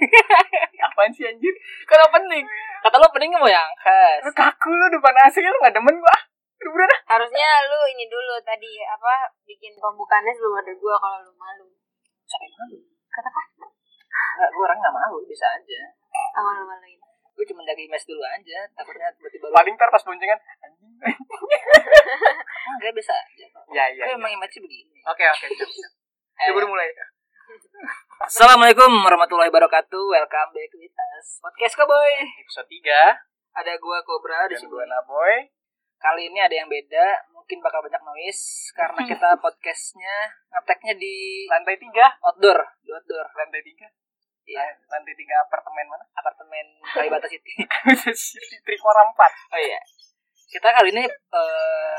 apaan sih anjir? Kan opening. Kata lo opening mau yang khas. Lu kaku lu depan asli lu gak demen gua. Udah udah dah. Harusnya lu ini dulu tadi apa bikin pembukaannya sebelum ada gua kalau lu malu. Siapa yang malu? Kata kata Enggak, gue orang gak malu, bisa aja. awal maluin. Gue cuma jaga image dulu aja, takutnya tiba-tiba lo Paling ntar pas boncengan. anjing. enggak bisa aja. Ya Gue iya. iya. emang image begini. Eh, Oke oke. siap, siap. Ya baru mulai. Assalamualaikum warahmatullahi wabarakatuh. Welcome back with us. Podcast Cowboy. Episode 3 Ada gua Cobra di dan sini. gua Naboy. Kali ini ada yang beda, mungkin bakal banyak noise karena kita podcastnya ngeteknya di Lantai 3, outdoor, di outdoor. lantai 3. Iya, Lantai 3 apartemen mana? apartemen Kalibata City. Trikora 4. Oh iya. Kita kali ini eh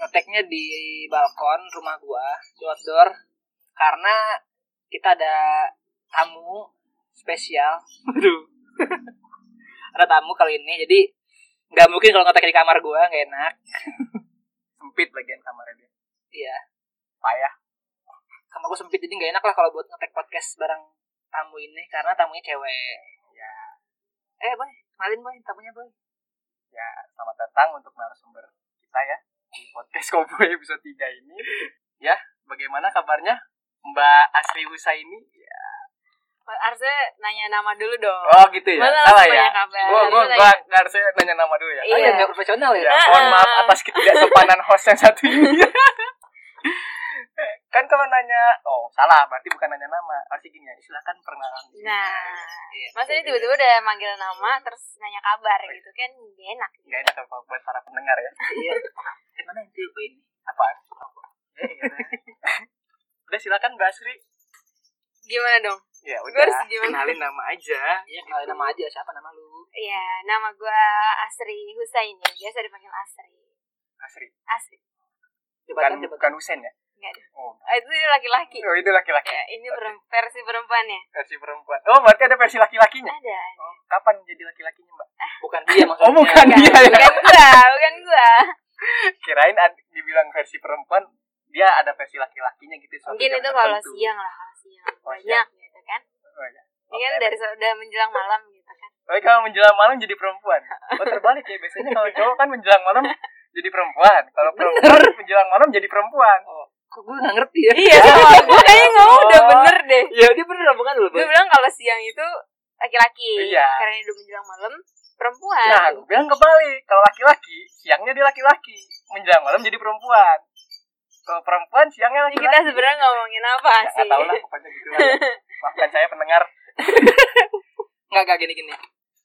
ngeteknya di balkon rumah gua, di outdoor karena kita ada tamu spesial. Aduh. ada tamu kali ini. Jadi nggak mungkin kalau ngetek di kamar gua, nggak enak. Sempit bagian kamarnya dia. Iya. Payah. Kamar gua sempit jadi nggak enak lah kalau buat ngetek podcast bareng tamu ini karena tamunya cewek. Ya, Eh, boy, kenalin boy, tamunya boy. ya selamat datang untuk narasumber kita ya di podcast Cowboy episode 3 ini. Ya, bagaimana kabarnya? Mbak Asri Husaini? Ya. Harusnya nanya nama dulu dong. Oh, gitu ya. Mana Salah langsung ya. tanya kabar? Gua gua gua Harusnya nanya- nggak harusnya nanya nama dulu ya. Oh, Iya. iya, nggak profesional ya. Ya, mohon Ah. maaf atas ketidak sopanan host yang satu ini. kan kalau nanya, oh salah, berarti bukan nanya nama. Harusnya gini ya, silakan perkenalan. diri. Nah, Iya. maksudnya tiba-tiba udah manggil nama terus nanya kabar gitu kan gak enak. nggak enak ya, Pak, buat para pendengar ya. Iya. Gimana yang tiup ini? Apaan? Eh, iya. udah silakan Mbak Asri. Gimana dong? Ya Gue udah. harus gimana? Kenalin nama aja. Iya, kenalin nama aja siapa nama lu? Iya, nama gua Asri Husaini. Biasa dipanggil Asri. Asri. Asri. Bukan, Jabatan jabatan. bukan Husen ya? Enggak ada. Oh, Oh, itu laki-laki. oh itu Iya. laki-laki. Ya, ini perem- versi perempuan ya? Versi perempuan. Oh, berarti ada versi laki-lakinya. Ada. Oh, kapan jadi laki-lakinya, Mbak? Bukan dia maksudnya. Oh, bukan Bukan, dia ya. bukan gua, bukan gua. Kirain ad- dibilang versi perempuan, dia ada versi laki-lakinya gitu. suatu Mungkin jam itu kalau tertentu. siang lah, kalau siang. Oh, Banyak gitu kan. Oh, ya. Ini kan Oke. dari sudah menjelang malam gitu kan. Tapi kalau menjelang malam jadi perempuan. Oh terbalik ya biasanya kalau cowok kan menjelang malam jadi perempuan. Kalau perempuan menjelang malam jadi perempuan. Oh, kok gue gak ngerti ya? Iya, gue kayaknya ngomong udah Oh. bener deh. Iya, dia bener bukan lu, Gue bilang kalau siang itu laki-laki. Iya. Karena ini udah menjelang malam, perempuan. Nah, aku bilang kebalik. Kalau laki-laki siangnya dia laki-laki, menjelang malam jadi perempuan. Kalau perempuan siangnya Ini kita laki-laki. sebenarnya ngomongin apa Ya, sih? nggak tahu lah pokoknya gitu lah. ya. Maafkan saya pendengar. Enggak, enggak gini-gini.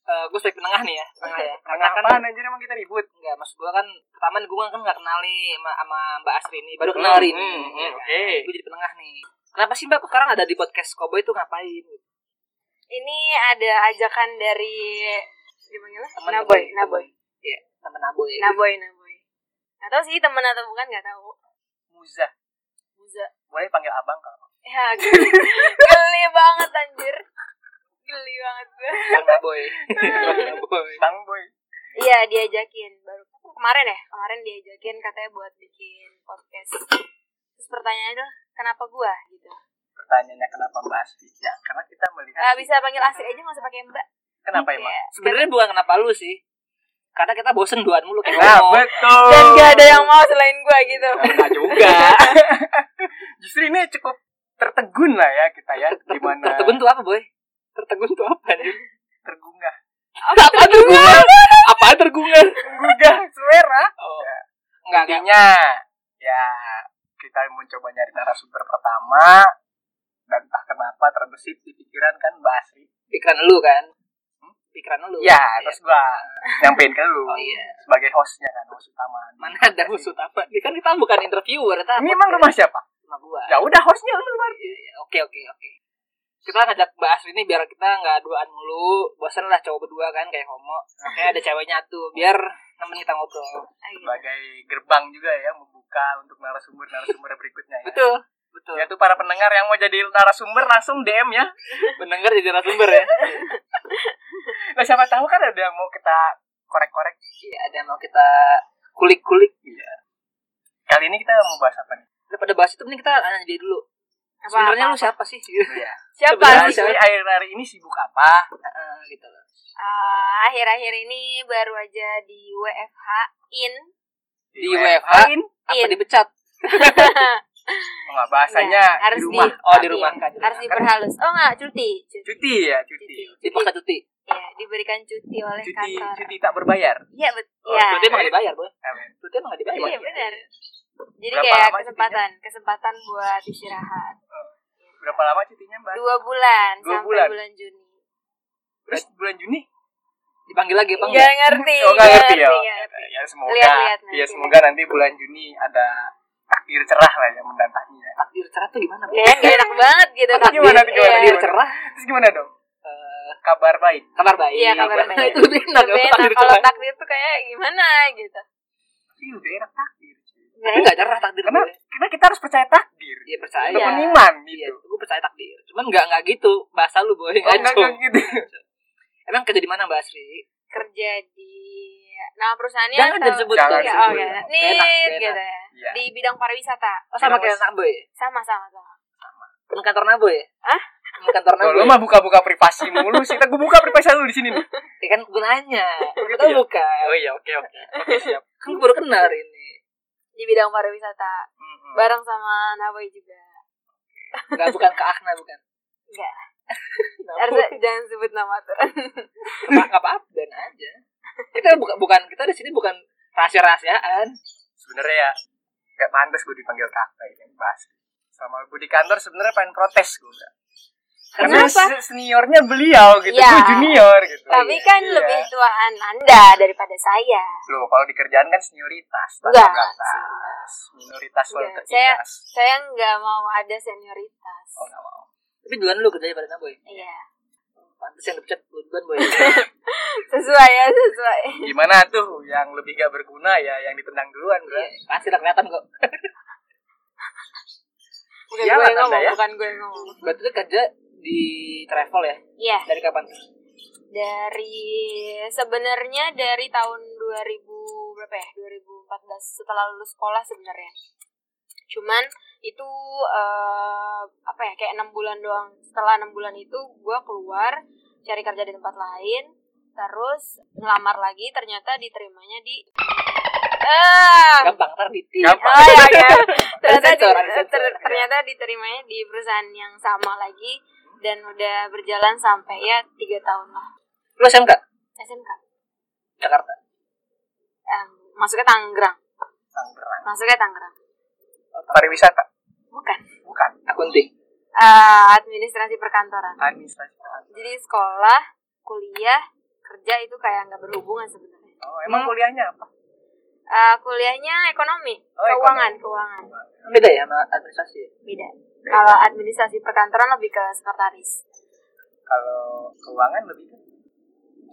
Eh, gue sebagai penengah nih ya, penengah ya. Karena Pendengar kan apaan anjir emang kita ribut. enggak maksud gue kan pertama gue kan enggak kenal nih sama, sama Mbak Asri ini, baru kenal hari ini. Hmm, hmm, Ya kan? oke. Gue jadi penengah nih. Kenapa sih Mbak kok sekarang ada di podcast Cowboy itu ngapain? Ini ada ajakan dari dipanggilnya Temen- Naboy, temen- Naboy, Iya, temen Naboy. Naboy, Naboy. Gak tahu sih temen atau bukan gak tahu. Muza. Muza. Boleh panggil abang kalau mau. Ya, geli, geli banget anjir. Geli banget gue. Bang Naboy. Bang Naboy. Bang Boy. Iya, diajakin baru kemarin ya. Kemarin diajakin katanya buat bikin podcast. Terus pertanyaannya adalah kenapa gua gitu. Pertanyaannya kenapa Mbak Asri? Ya, karena kita melihat Eh, bisa panggil Asri aja nggak usah pakai Mbak. kenapa emang. Iya. Sebenarnya bukan kenapa lu sih. Karena kita bosen duaan mulu kayak Nah, ngomong. betul. Oh. Dan gak ada yang mau selain gua gitu. Enggak Nah, juga. Justru ini cukup tertegun lah ya kita ya. Ter- Gimana Tertegun tuh apa, Boy? Tertegun tuh apa nih? tergugah. Oh, Apa tergungah? Apa tergungah? Tergugah selera. Oh. Ya. Enggak, enggak. Intinya ya kita mau coba nyari narasumber pertama dan entah kenapa terbesit di pikiran kan Mbak Asri. Pikiran lu kan? Pikiran lu. Iya. Ya, terus gua nyampein ke lu Oh iya. sebagai hostnya kan, host utama. Mana ada musuh apa? Ini kan kita bukan interviewer, kita Ini emang rumah siapa? sama gua. Ya udah hostnya lu Mbak. Iya, iya. Oke, oke, oke. Kita ngajak Mbak Asri ini biar kita nggak duaan mulu. Bosan lah cowok berdua kan kayak homo. Makanya ada ceweknya tuh biar nemenin kita ngobrol. Ah, gitu. sebagai gerbang juga ya membuka untuk narasumber-narasumber berikutnya ya. Betul. Betul. Ya tuh para pendengar yang mau jadi narasumber langsung DM ya. Mendengar jadi narasumber ya. Nah siapa tahu kan ada yang mau kita korek-korek. Iya, ada yang mau kita kulik-kulik. Iya. Kali ini kita mau bahas apa nih? Daripada bahas itu mending kita nanya dia dulu. Apa- Sebenarnya apa- lu siapa sih? Iya. siapa sebenarnya sih? Asri akhir hari ini sibuk apa? Ah, gitu loh. Eh, akhir-akhir ini baru aja di WFH in Di WFH apa in dipecat? Oh, nggak bahasanya Nggak, Iya, harus di rumah. di- Oh, di Iya. rumah kan. harus diperhalus oh enggak cuti cuti, Cuti ya, cuti. cuti. Dipakai cuti. ya diberikan cuti oleh Cuti, kantor cuti tak berbayar. ya betul Oh, ya Cuti emang nggak dibayar, Boy. Amin. Cuti emang nggak dibayar. iya benar jadi Berapa kayak lama kesempatan kesempatan buat istirahat Berapa lama cutinya, Mbak? dua bulan Dua sampai bulan. bulan, Juni Terus bulan Juni? Dipanggil lagi, Bang. nggak ngerti Oh, nggak ngerti ya. nggak ngerti. Ya semoga Lihat-lihat nanti. ya semoga nanti bulan Juni ada takdir cerah lah yang mendatangi ya. Takdir cerah tuh gimana, Boy? Kayaknya nggak enak banget gitu Gimana, tapi gimana, gimana, iya. Takdir cerah. Terus gimana dong? eh, Kabar baik. kabar baik. Iya, kabar Nah, baik. Itu lebih enak Lebih enak. kalau takdir kalau cerah. takdir tuh kayak gimana gitu Ih, udah enak takdir. cuy. Tapi nggak cerah takdir. Karena Boy. karena kita harus percaya takdir. Iya percaya. Untuk Iya. beriman Iya, gitu. gue percaya takdir. Cuman nggak nggak gitu bahasa lu Oh, boy. nggak- Ngaco. nggak gitu. Emang kerja di mana Mbak Asri? kerja di nama perusahaannya Jangan atau- disebut Jangan Boy. ya, disebut. oh, ya. Enak, Nih, enak. gitu ya. Iya. Di bidang pariwisata. Oh sama kayak Nabo ya? Sama sama sama. Temen kantor Nabo ya? Hah? Temen kantor Tuh, Nabo lu ya? mah buka-buka privasi mulu sih. Kita gua buka privasi lu di sini nih. Ya kan gue nanya gitu Tau ya? bukan? Oh iya, oke oke. Oke, siap. Kan gue baru kenal hari ini Di bidang pariwisata. Mm-mm. Bareng sama Naboy juga. Nggak bukan ke Akna bukan? Enggak. Nabo Harusnya jangan sebut nama tuh. Nggak apa-apa dan aja Kita bukan, bukan kita di sini bukan rahasia-rahasiaan sebenarnya ya gak pantas gue dipanggil kakak ini bahas sama gue di kantor sebenarnya pengen protes gue karena Kenapa? se- seniornya beliau gitu Ya. gue junior gitu Tapi kan Iya. lebih tuaan Anda daripada saya. loh kalau dikerjaan kan senioritas Enggak. batas minoritas lalu Enggak. Iya, Saya- tertindas Saya nggak mau ada senioritas. oh nggak mau Tapi duluan lu kerja pada Nabo ya? Iya. Pantes yang dipecat lu duluan boy Iya, Sesuai ya, sesuai. gimana tuh yang lebih gak berguna ya yang ditendang duluan bro Iya, Pasti udah kelihatan kok Bukan Iyalah, gue yang Anda ngomong, ya. bukan gue yang ngomong. Berarti lu kerja di travel ya? Iya, Dari kapan? dari sebenarnya dari tahun 2000 berapa ya? 2014 setelah lulus sekolah sebenarnya. Cuman itu eh, apa ya kayak enam bulan doang. Setelah enam bulan itu gue keluar cari kerja di tempat lain. Terus ngelamar lagi ternyata diterimanya di ah Gampang, ntar di Gampang. Oh, iya, iya. ternyata, Ada sensor, di- ada sensor. ter- ternyata diterimanya di perusahaan yang sama lagi dan udah berjalan sampai ya tiga tahun lah Lu SMK? SMK Jakarta Em, masuknya Tangerang Tanggerang. masuknya Tangerang pariwisata bukan bukan Akunting Eh, administrasi perkantoran administrasi jadi sekolah kuliah kerja itu kayak nggak berhubungan sebenarnya oh emang Hmm. kuliahnya apa Eh, kuliahnya ekonomi Oh, keuangan keuangan Beda ya sama administrasi ya? beda kalau administrasi perkantoran lebih ke sekretaris kalau keuangan lebih ke-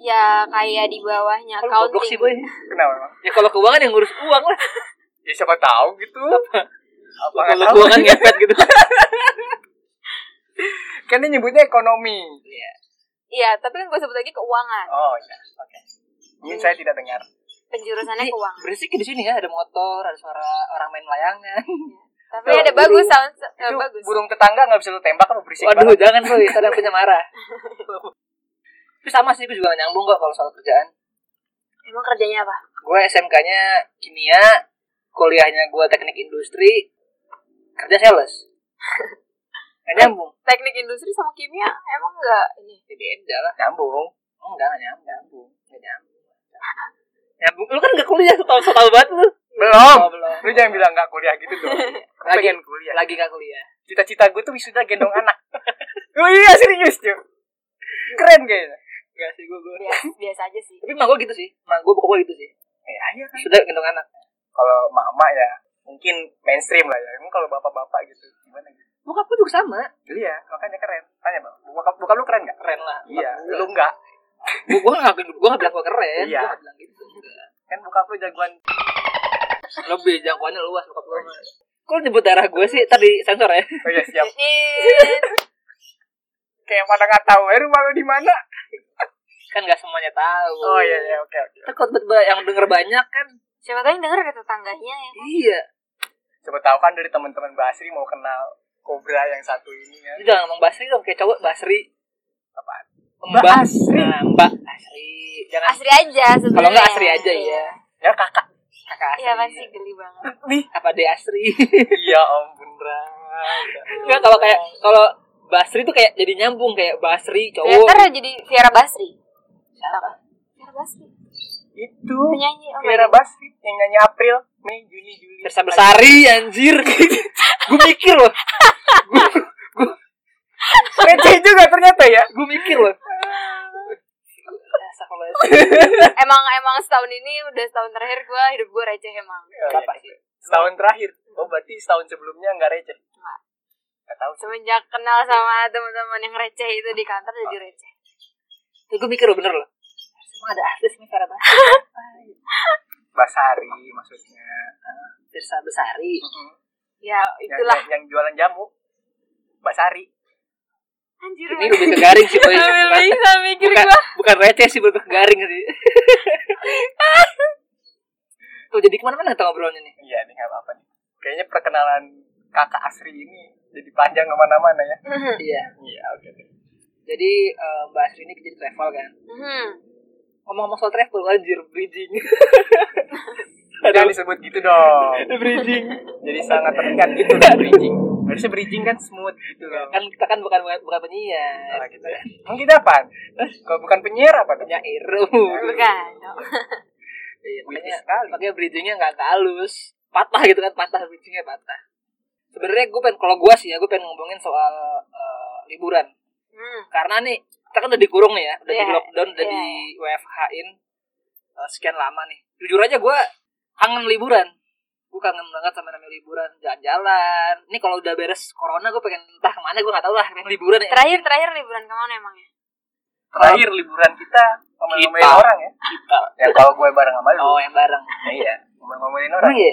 ya kayak di bawahnya Kalau Kan goblok sih accounting boy kenapa emang Ya kalau keuangan yang ngurus uang lah ya siapa tahu gitu apa nggak Kalau tahu? keuangan ngepet gitu kan dia nyebutnya ekonomi Iya Iya, tapi kan gue sebut lagi keuangan. Oh iya, oke. Mungkin saya tidak dengar. Penjurusannya Ini Iya, keuangan. Berisik di sini ya Ada motor, ada suara orang main layangan Tapi Tuh, ada burung. bagus sound eh, Itu bagus. burung tetangga nggak bisa lu tembak apa berisik Waduh banget. jangan boy Kadang punya marah Tapi sama sih Gue juga nyambung kok Kalau soal kerjaan Emang kerjanya apa? Gue SMK-nya kimia Kuliahnya gue teknik industri Kerja sales Gak nyambung Teknik industri sama kimia emang enggak ini. Ya beda lah Nyambung. Enggak gak nyambung Nyambung Gak nyambung Nyambung Lu kan gak kuliah Tau-tau banget lu Belum. Oh, belum. Lu jangan bilang nggak kuliah gitu dong. Aku Lagi- pengen kuliah. Lagi gak kuliah Cita-cita gue tuh wisuda gendong anak. Oh iya serius cuy. Keren kayaknya. Gak sih gue gue Biasa, biasa aja sih. Tapi emang gue gitu sih Emang gue buka gue gitu sih Ya iya kan. Sudah gendong anak Kalau mama ya mungkin mainstream lah ya. Emang kalau bapak-bapak gitu gimana gitu. Bokap gue juga sama Iya, makanya keren. Tanya bang, bokap, bokap lu keren nggak? Keren lah Iya, Lu lu nggak. Gue gue gak, gue gak bilang gue keren Iya. Gue gak bilang gitu Enggak. Kan bokap lu jagoan. Lebih jangkauannya luas bokap gue mah. Iya. Kok lu nyebut daerah gue sih Tadi sensor ya Oh iya siap. Eh, Kayak pada nggak tahu ya rumah lu di mana. Kan gak semuanya tahu Oh iya iya oke oke. Takut tiba yang denger banyak kan Siapa tahu yang denger ada tetangganya ya. Iya Coba tahu kan dari teman-teman Basri mau kenal Cobra yang satu ini ya. Lu jangan ngomong Basri dong Kayak cowok Basri Apaan? Mbak Asri. Nah, Mbak Asri. Jangan Asri aja sebenarnya. kalau nggak Asri aja ya. Ya kakak. Kakak Asri. Iya pasti geli banget. Nih. Apa De Asri? Iya ampun Rama. Enggak kalau kayak kalau Basri tuh kayak jadi nyambung kayak Basri Ya, cowok. ntar jadi Fiera Basri. Siapa? Fiera Basri. Itu. Penyanyi. Oh my Vera God. Basri yang nyanyi April, Mei, Juni, Juli. Tersa Besari anjir. gue mikir loh. Receh juga ternyata ya. Gue mikir loh. Dasar kalau Asri. emang emang setahun ini udah setahun terakhir gue hidup gue receh emang. Apa sih? Setahun terakhir. Oh berarti setahun sebelumnya nggak receh. Nggak. Nggak tahu. sih. Semenjak kenal sama teman-teman yang receh itu di kantor jadi Oh. receh. Tuh gue mikir loh bener loh. Emang ada artis nih karena Basri. Basari maksudnya. Tirsa Besari. Hmm. Ya Oh, Yang, itulah iya, yang, yang jualan jamu. Basari. anjir. iya. Ini lebih ke garing sih boy. Sambil Bukan, bisa mikir bukan, gue. bukan receh sih lebih ke garing sih. Tuh jadi kemana-mana tuh ngobrolnya nih. Iya ini nggak apa-apa nih. Kayaknya perkenalan kakak Asri ini jadi panjang kemana-mana ya. Hmm, Iya. Iya oke. deh. Jadi eh, Mbak Asri ini kerja di travel kan. Hmm. Ngomong-ngomong soal travel anjir bridging. Jangan disebut gitu dong. bridging. Jadi sangat terlihat gitu dong bridging. Harusnya bridging kan smooth gitu loh. Kan kita kan bukan bukan, bukan penyiar. Nah, gitu ya. Emang kita apa? Kalau bukan penyiar apa dong? Penyair. Bukan. Iya, Witty makanya sekali. makanya bridgingnya nggak nggak halus patah gitu kan patah bridgingnya patah sebenarnya gue pengen kalau gue sih ya gue pengen ngomongin soal eh, liburan Hmm. karena nih kita kan udah dikurung nih ya udah Iya, di lockdown udah iya. di WFH in eh, sekian lama nih jujur aja gue kangen liburan gue kangen banget sama namanya liburan jalan-jalan ini kalau udah beres corona gue pengen entah kemana gue nggak tahu lah pengen liburan ya Terakhir terakhir liburan kemana ya? emangnya? Terakhir liburan kita ngomel-ngomelin Kita. orang ya. kita Ya kalau gue bareng sama lu. oh yang bareng Nah, iya. Ngomel-ngomelin orang. Emang ya?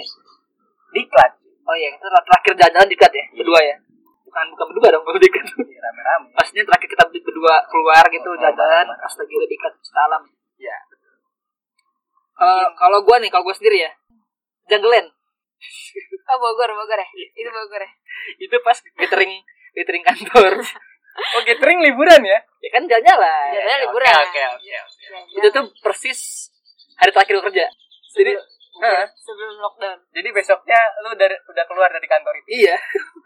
Diklat. oh iya kita terakhir jalan-jalan dekat ya berdua ya bukan bukan berdua dong kalau dekat Iya, rame-rame. maksudnya terakhir kita berdua keluar gitu Oh, jalan marah-marah. pas lagi di kat Citalam. Iya. Kalau kalau gue nih, kalau gue sendiri ya, Jungleland Oh Bogor Bogor ya. Iya. Itu Bogor ya. itu pas gathering gathering kantor, Oh, gathering liburan ya? ya kan jalan-jalan. Jalan-jalan Oke, liburan. Oke, oke, oke. Itu tuh persis hari terakhir gue kerja. Jadi Heeh. sebelum lockdown. Jadi besoknya lu dari, udah keluar dari kantor itu. iya,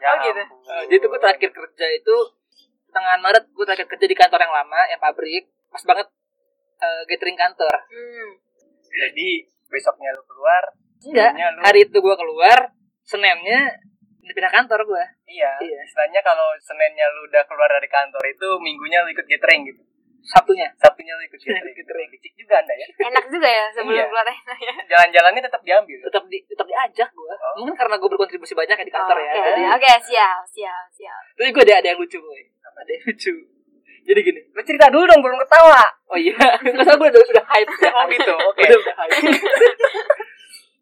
Ya Oh, gitu. ampun. Eh, jadi tuh gue terakhir kerja itu pertengahan Maret gue terakhir kerja di kantor yang lama, yang pabrik, pas banget eh, gathering kantor. Hmm. Jadi besoknya lu keluar. Enggak, sebelumnya lu, hari itu gue keluar, Seninnya pindah kantor gue. Iya. Iya. Istilahnya kalau Seninnya lu udah keluar dari kantor itu, minggunya lu ikut gathering gitu. Sabtunya. Sabtunya lu ikut gathering. gathering. Licik juga anda ya. Enak juga ya sebelum Iya. keluar enak ya. Jalan-jalannya tetap diambil. tetap di tetap diajak gue Oh. mungkin karena gue berkontribusi banyak ya di kantor ya Oke, jadi Oke, siap, siap, siap. tapi gue ada ada yang lucu gue ada yang lucu jadi gini Lu cerita dulu dong, belum ketawa. oh iya nggak salah gue udah udah hype udah Oh hype. gitu, oke. udah udah hype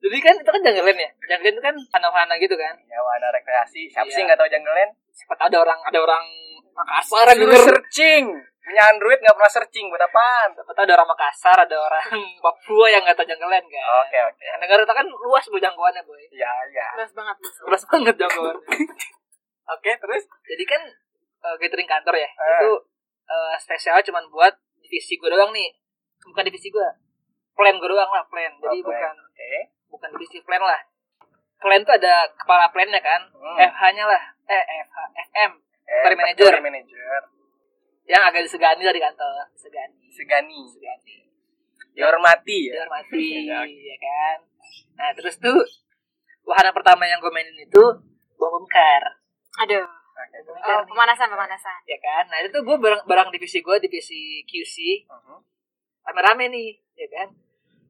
jadi kan itu kan jungleland ya jungleland itu kan hana-hana gitu kan Ya, wahana rekreasi. Siapa Iya. sih nggak tahu jungleland? siapa tahu ada orang ada orang Makassar yang Suruh denger searching. Punya Android nggak pernah searching buat apaan? siapa tahu ada orang Makassar ada orang Papua yang nggak tahu jungleland kan Oke oke. Nah, negara kita kan luas bu jangkauannya boy Ya ya. Luas banget. Mas. luas banget jangkauannya Oke terus. jadi kan eh, gathering kantor ya Eh. itu eh, spesialnya cuma buat divisi gue doang nih bukan divisi gue plan gue doang lah plan Oh, plan. jadi bukan Oke. bukan divisi plan lah plan tuh ada kepala plannya kan Hmm. FH nya lah eh FH FM Eh, Factory manager. factory manager. yang agak disegani dari kantor disegani Segani. disegani Dihormati ya. Iya. dihormati Ya. ya kan nah terus tuh wahana pertama yang gue mainin itu bongkar Aduh. Oke. terus. Oh, pemanasan, pemanasan. ya kan nah itu tuh gue barang barang divisi gue divisi QC Mhm. rame-rame nih, ya kan?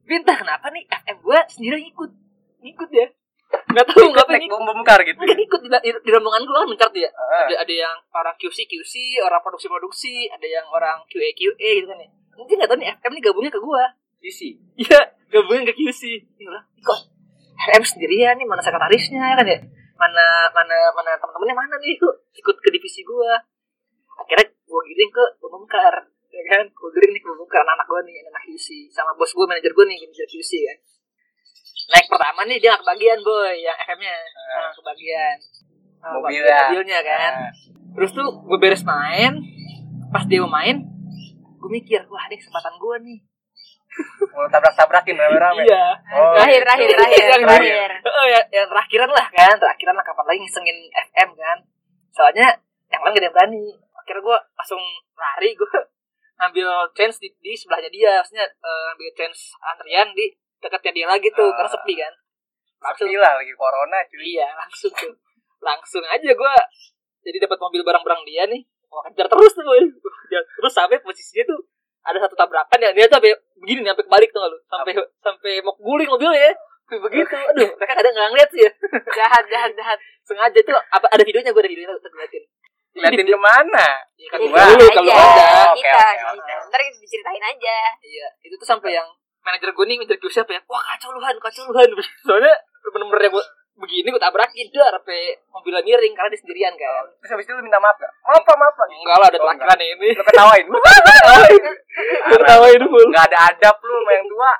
Bintah kenapa nih FM gue sendiri ngikut, ngikut ya? Nggak tahu Ikut nggak naik ngikut. bom bongkar gitu. Mungkin ikut di, di, di rombongan gue kan ngikut ya. Ah, Ada ada yang orang QC QC, orang produksi produksi, ada yang orang QA QA gitu kan ya. Mungkin nggak tahu nih FM nih gabungnya ke gue. Isi. Iya, gabungnya ke QC. Ini lah, kok FM sendirian nih mana sekretarisnya ya kan ya? Mana mana mana teman-temannya mana nih kok ikut ke divisi gue? Akhirnya gue giring ke pembongkar ya kan gue giring nih ke pembongkar anak gue nih anak QC sama bos gue manajer gue nih manajer QC kan naik pertama nih dia nggak kebagian boy yang FM-nya nah, kebagian Nah, Mobilnya. mobilnya kan Ah, terus tuh gue beres main pas dia mau main gue mikir wah ini kesempatan gue nih Mau tabrak-tabrakin rame-rame. iya Oh, Terakhir, gitu. terakhir, terakhir, Yang terakhir. oh, ya, ya terakhiran lah kan terakhiran lah kapan lagi ngisengin FM kan soalnya yang lain gak ada yang berani akhirnya gue langsung lari gue ngambil chance di, di sebelahnya dia maksudnya eh, ngambil chance antrian di dekatnya dia lagi tuh Ah. karena sepi kan langsung Sepi lah lagi corona cuy. iya langsung tuh langsung aja gue jadi dapat mobil barang-barang dia nih gue kejar terus tuh boy Gua kejar terus sampai posisinya tuh ada satu tabrakan ya dia tuh sampai begini nih, sampai kebalik tuh lu sampai sampai mau guling mobilnya ya. Sampai begitu aduh mereka kadang nggak ngeliat sih ya Jahat, jahat, jahat. sengaja tuh apa ada videonya gue ada videonya tuh ngeliatin Liatin kemana? Iya, kan Jadi gua dulu kalau aja, ada Oke, kita, oke, oke. kita. Ntar kita diceritain aja. iya itu tuh sampai yang manajer gue nih manajer siapa ya wah kacau luhan kacau luhan soalnya bener-bener yang gua begini gue tabrakin dar sampai mobilnya miring karena dia sendirian kan Terus habis itu lu minta maaf gak? Maaf pak, maaf pak. enggak lah ada Oh, terakhiran ini Lu ketawain. Lu ketawain full Gak ada adab lu sama yang tua.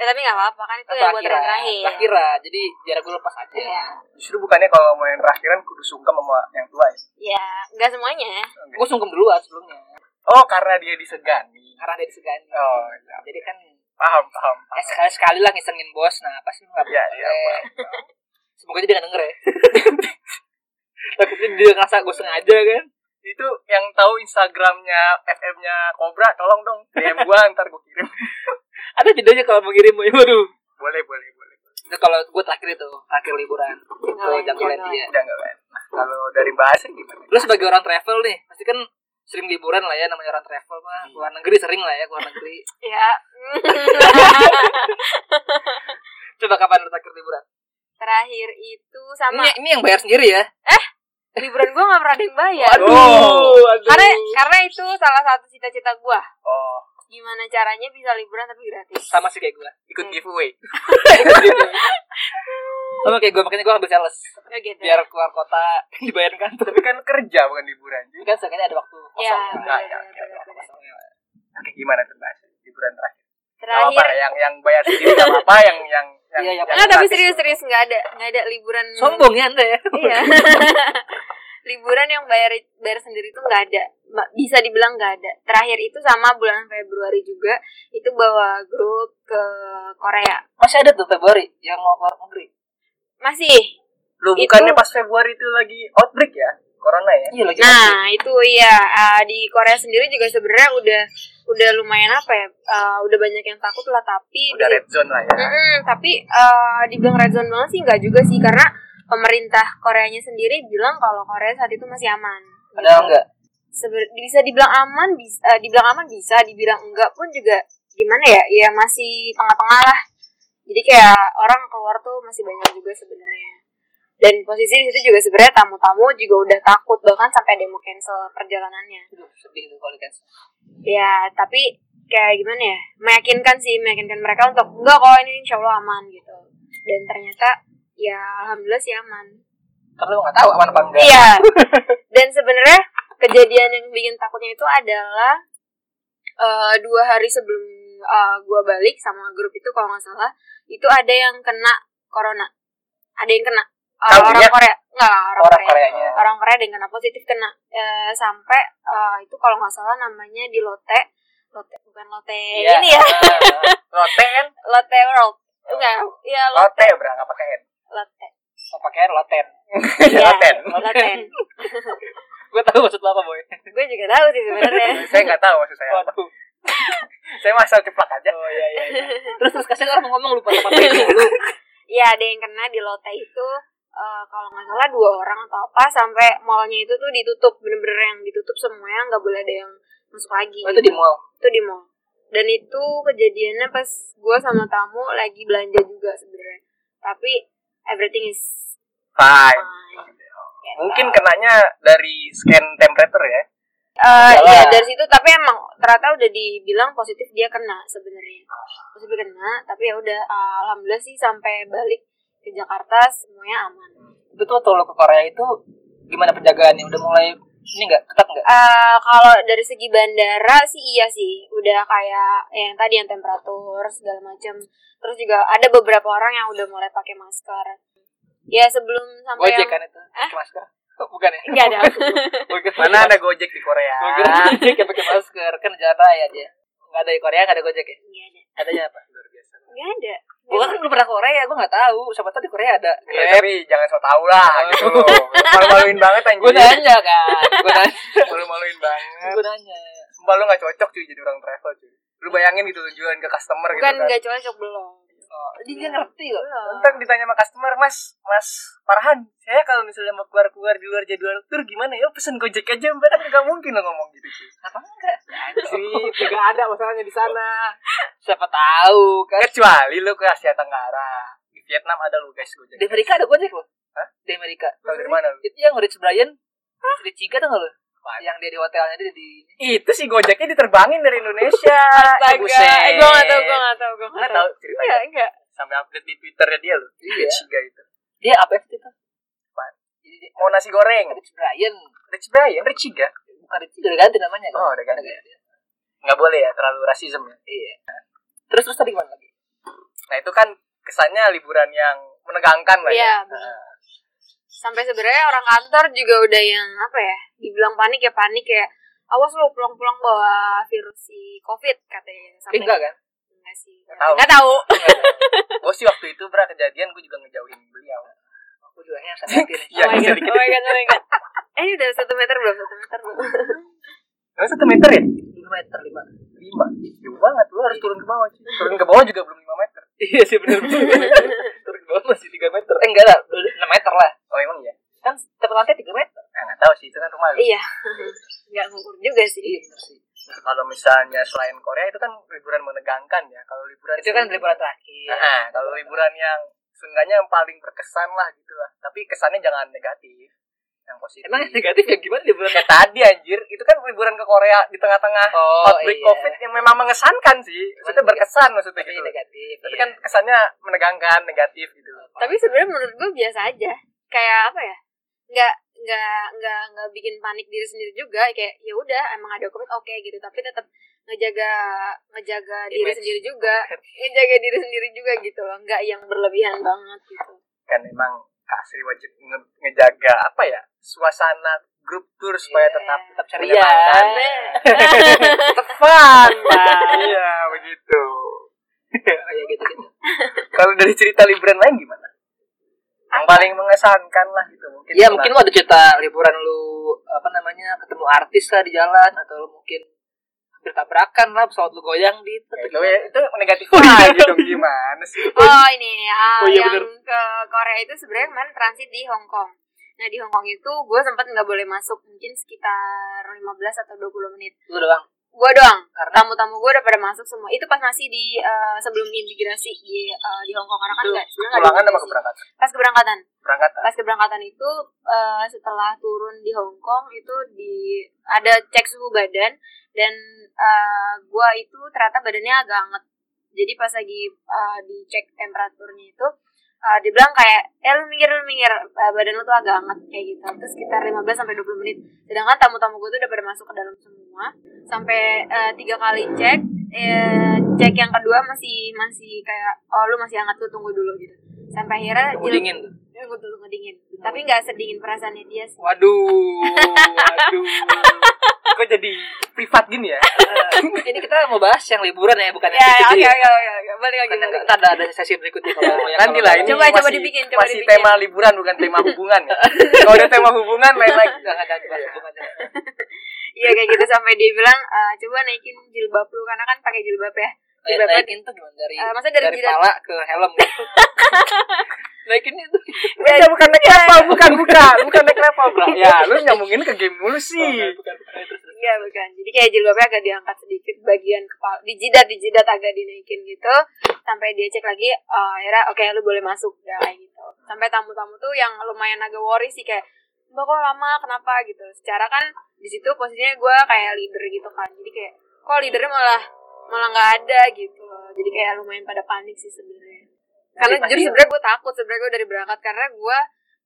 Ya, tapi gak apa-apa kan itu yang buat Terakhiran, terakhir. terakhiran. jadi jarak gue lepas aja Iya. Justru bukannya kalau mau yang terakhiran kudu sungkem sama yang tua ya. Ya, nggak semuanya. gue sungkem duluan sebelumnya Oh karena dia disegani. karena dia disegani Oh ya. jadi kan paham paham. ya sekali sekali lah ngisengin bos nah apa sih nggak Iya boleh. iya. semoga dia nggak denger ya takutnya dia ngerasa gue sengaja kan Itu yang tahu Instagramnya FM-nya Cobra, tolong dong DM gua ntar gua kirim. ada jedanya kalau mau kirim waduh Boleh boleh boleh. itu kalau gue terakhir itu terakhir liburan itu Jangan, jangan lihat jangan. dia Udah nggak kan? Nah, kalau dari bahasa gimana? lu sebagai orang travel nih pasti kan sering liburan lah ya namanya orang travel mah Hmm. luar negeri sering lah ya luar negeri Iya. Ya. coba kapan lu terakhir liburan terakhir itu sama ini, ini yang bayar sendiri ya liburan gue nggak pernah ada yang bayar. Waduh. aduh. Karena karena itu salah satu cita-cita gue. Oh Gimana caranya bisa liburan tapi gratis. sama sih kayak gue ikut Hmm. giveaway. sama kayak gue makanya gue ambil sales Ya gitu. biar keluar kota dibayar kantor Tapi kan kerja bukan liburan Ini juga. kan seenggaknya ada waktu ya, kosong Nah, benar, ya, benar, ya, benar, ya. benar. Oke gimana tuh bahasa liburan terakhir? Nggak Terakhir. apa, yang yang bayar sendiri nggak apa yang yang yang. Iya, iya, yang Enggak, tapi gratis. serius-serius nggak ada nggak ada liburan. sombong ya anda ya Iya. liburan yang bayar bayar sendiri itu nggak ada Ma- bisa dibilang nggak ada terakhir itu sama bulan Februari juga itu bawa grup ke Korea masih ada tuh Februari yang mau keluar negeri masih Lu Itu- bukannya pas Februari itu lagi outbreak ya? Corona ya? iya lagi nah itu iya Ah, di Korea sendiri juga sebenarnya udah udah lumayan apa ya ah, udah banyak yang takut lah tapi Udah di- red zone lah ya. Mm-mm, tapi eh, dibilang red zone banget sih nggak juga sih karena pemerintah Koreanya sendiri bilang kalau Korea saat itu masih aman ada enggak Sebe- bisa dibilang aman bisa eh, dibilang aman bisa dibilang enggak pun juga gimana ya ya masih tengah-tengah lah jadi kayak orang keluar tuh masih banyak juga sebenarnya dan posisi di situ juga sebenarnya tamu-tamu juga udah takut bahkan sampai ada yang mau cancel perjalanannya Aduh, sedih tuh kalau di cancel ya tapi kayak gimana ya meyakinkan sih meyakinkan mereka untuk enggak kok ini insya Allah aman gitu dan ternyata ya alhamdulillah sih aman karena lu nggak tahu aman apa enggak iya dan sebenarnya kejadian yang bikin takutnya itu adalah eh, dua hari sebelum eh, gua balik sama grup itu kalau nggak salah itu ada yang kena corona ada yang kena Eh, Tahu orang dia? Korea nggak ya. orang, orang Korea Koreanya orang Korea ada yang kena positif kena Eh, sampai eh, itu kalau nggak salah namanya di Lotte Lotte bukan Lotte Iya. ini ya Lotte kan? Lotte World enggak ya Lotte Lotte bra, nggak pakai N. Lotte mau pakai loten Iya. Lotte. Lotte gue tahu maksud lo apa boy gue juga tahu sih sebenarnya Saya nggak tahu maksud saya. apa. waduh Saya masal ceplak aja. oh iya iya iya. terus terus kasih orang ngomong lupa tempat ini dulu Iya ada yang kena di Lotte itu eh, kalau nggak salah dua orang atau apa sampai mallnya itu tuh ditutup bener-bener yang ditutup semuanya nggak boleh ada yang masuk lagi. Oh, itu di mall Itu di mall. Dan itu kejadiannya pas gue sama tamu lagi belanja juga sebenarnya. Tapi everything is Fine. fine. Mungkin kenanya dari scan temperature ya. Eh, Jalan. iya dari situ tapi emang ternyata udah dibilang positif dia kena sebenarnya positif kena tapi ya udah eh, alhamdulillah sih sampai balik ke Jakarta semuanya aman. itu tuh waktu lo ke Korea itu gimana penjagaannya udah mulai ini enggak ketat enggak Eh, kalau dari segi bandara sih iya sih udah kayak yang tadi yang temperatur segala macam terus juga ada beberapa orang yang udah mulai pakai masker ya sebelum sampai Gojek yang kan itu Eh? pakai masker bukan ya Iya. Enggak ada. Bukan. Mana ada Gojek di Korea? Gua kira Gojek yang pakai masker kan jalan raya dia nggak ada di Korea nggak ada Gojek ya Enggak ada. adanya apa Luar biasa. Enggak ada. gua kan belum pernah Korea gua nggak tahu siapa tahu di Korea ada Iya, tapi jangan so tau lah gitu loh. Malu-maluin banget anjir. gua nanya kan gua nanya Malu-maluin banget. gua nanya Sumpah lu gak cocok cuy jadi orang travel cuy. Lu bayangin gitu tujuan ke customer Bukan gitu kan. enggak cocok belum. oh, dia nggak ngerti loh Belum. Ntar ditanya sama customer, mas, mas Farhan, saya kalau misalnya mau keluar-keluar di luar jadwal tur gimana ya? Pesen gojek aja, mbak kan gak mungkin lo ngomong gitu cuy. apa enggak Anjir, tidak ada masalahnya di sana. siapa tahu kan Kecuali lu ke Asia Tenggara. Di Vietnam ada lu guys gojek. di Amerika ada Gojek loh Hah? di Amerika Tahu dari mana lu? itu yang Rich Brian Rich Chica tuh nggak lo yang dia di hotelnya dia di Itu si gojeknya diterbangin dari Indonesia. Eh, Astaga, Eh, Buset. gue gak tau, gue gak tau, gue Nggak tahu Iya, gak tau. ceritanya. Enggak, enggak. Sampai update di Twitternya dia loh. Iya. Chiga itu. dia apa sih itu Apaan? Jadi dia- Mau nasi goreng. Rich Brian Rich Brian, Rich Chiga. bukan Rich Chica udah ganti namanya kan? Oh, udah ganti. Nggak boleh ya, terlalu rasisme ya. iya terus terus tadi gimana lagi Nah itu kan kesannya liburan yang menegangkan lah ya. Iya, benar. Sampai sebenarnya orang kantor juga udah yang apa ya? Dibilang panik ya panik ya. Awas lo pulang-pulang bawa virus si COVID katanya. Eh, Sampai enggak kan Enggak sih. tahu. Enggak tahu. Gue sih waktu itu bra kejadian gue juga ngejauhin beliau. aku juga yang sangat hati Iya, oh my god, dikit-dikit. oh my god, oh my god. Eh, ini udah satu meter belum? Satu meter belum? Emang satu meter ya? lima meter lima Lima. Jauh banget, lu harus turun ke bawah. cuy. Turun ke bawah juga belum lima meter. iya sih benar Turun ke bawah masih tiga meter. eh enggak lah enam meter lah Oh emang iya? kan setiap lantai tiga meter Nah, nggak tahu sih, itu kan rumah lu. iya. Enggak ngukur juga sih. benar Iya, sih Kalau misalnya selain Korea itu kan liburan menegangkan ya. Kalau liburan itu kan liburan Nah, terakhir ah, kalau liburan yang seenggaknya yang paling berkesan lah gitu lah. Tapi kesannya jangan negatif. Yang positif. emang yang negatif ya gimana liburan Ya tadi anjir, itu kan liburan ke Korea di tengah-tengah oh Iya. outbreak COVID yang memang mengesankan sih. Maksudnya berkesan maksudnya tapi gitu. negatif Oh, Tapi iya. kan kesannya menegangkan, negatif gitu. Tapi sebenarnya menurut gue biasa aja. Kayak apa ya? Enggak nggak nggak nggak bikin panik diri sendiri juga kayak ya udah emang ada COVID oke gitu tapi tetap ngejaga ngejaga diri Image. sendiri juga ngejaga diri sendiri juga gitu loh nggak yang berlebihan banget gitu Kan memang Kak Sri wajib nge- ngejaga apa ya? Suasana grup tour supaya Iya. tetap tetap ceria Iya. menyenangkan. Eh. tetap fun. Iya, begitu. Oh, iya gitu gitu Kalau dari cerita liburan lain gimana? Yang paling mengesankan lah gitu mungkin. Iya pernah. mungkin lu ada cerita liburan lu apa namanya ketemu artis lah di jalan atau lu mungkin hampir tabrakan lah pesawat lu goyang di itu. Ya, itu, ya, itu negatif aja dong gimana sih? Oh ini ah, Oh, iya yang ke Korea itu sebenarnya kemarin transit di Hong Kong. Nah di Hong Kong itu gue sempat nggak boleh masuk mungkin sekitar 15 atau 20 menit. Lu doang. Gue doang. Karena Tamu-tamu gue udah pada masuk semua. Itu pas masih di eh, sebelum imigrasi di eh, di Hong Kong karena kan Itu nggak sebenarnya nggak Pulangan apa diimigrasi. keberangkatan? Pas keberangkatan. Keberangkatan. Pas keberangkatan itu eh, setelah turun di Hong Kong itu di ada cek suhu badan dan eh, gua itu ternyata badannya agak anget. Jadi pas lagi eh, dicek temperaturnya itu eh, dibilang kayak eh lu minggir lu minggir eh, badan lu tuh agak anget kayak gitu. Terus sekitar 15 sampai 20 menit. Sedangkan tamu-tamu gue tuh udah pada masuk ke dalam semua sampai eh, tiga kali cek eh, cek yang kedua masih masih kayak oh lu masih anget tuh tunggu dulu gitu sampai akhirnya tunggu jil- dingin. tuh. Ya, gue dulu ngedingin. Tapi nggak sedingin perasaannya dia sih. Waduh, waduh. Kok jadi privat gini ya? Eh, ini kita mau bahas yang liburan ya, bukan Ya, yang ya, oke, sedih-sedih. oke, oke, oke. Balik lagi, Karena balik. kita ada ada sesi berikutnya kalau mau Nanti yang Ya, lah kalau nggak ini iya. Coba, masih, coba dibikin, coba masih dibikin. tema liburan bukan tema hubungan ya. Kalau udah tema hubungan lain lagi. ada. Jangan jangan bahas hubungannya. Iya, kayak gitu sampai dia bilang, "Eh, coba naikin jilbab lu, karena kan pakai jilbab ya. Eh, Jilbab Naikin tuh gimana dari Eh, maksudnya dari dari jidat. pala ke helm. gitu. Naikin itu. Beda bukan naik level, bukan bukan, bukan naik level, Bra. Ya, lu nyambungin ke game mulu Oh, sih. bukan, bukan. Eh, terus, terus. Iya, bukan. Jadi kayak jilbabnya agak diangkat sedikit bagian kepala, di jidat, di jidat agak dinaikin gitu. Sampai dia cek lagi, eh, akhirnya oke lu boleh masuk udah kayak gitu. Sampai tamu-tamu tuh yang lumayan agak worry sih kayak Mbak kok lama, kenapa gitu. Secara kan di situ posisinya gue kayak leader gitu kan. Jadi kayak kok leadernya malah malah nggak ada gitu. Jadi kayak lumayan pada panik sih sebenarnya. Karena Pasti- jujur sebenarnya gue takut sebenarnya gue dari berangkat karena gue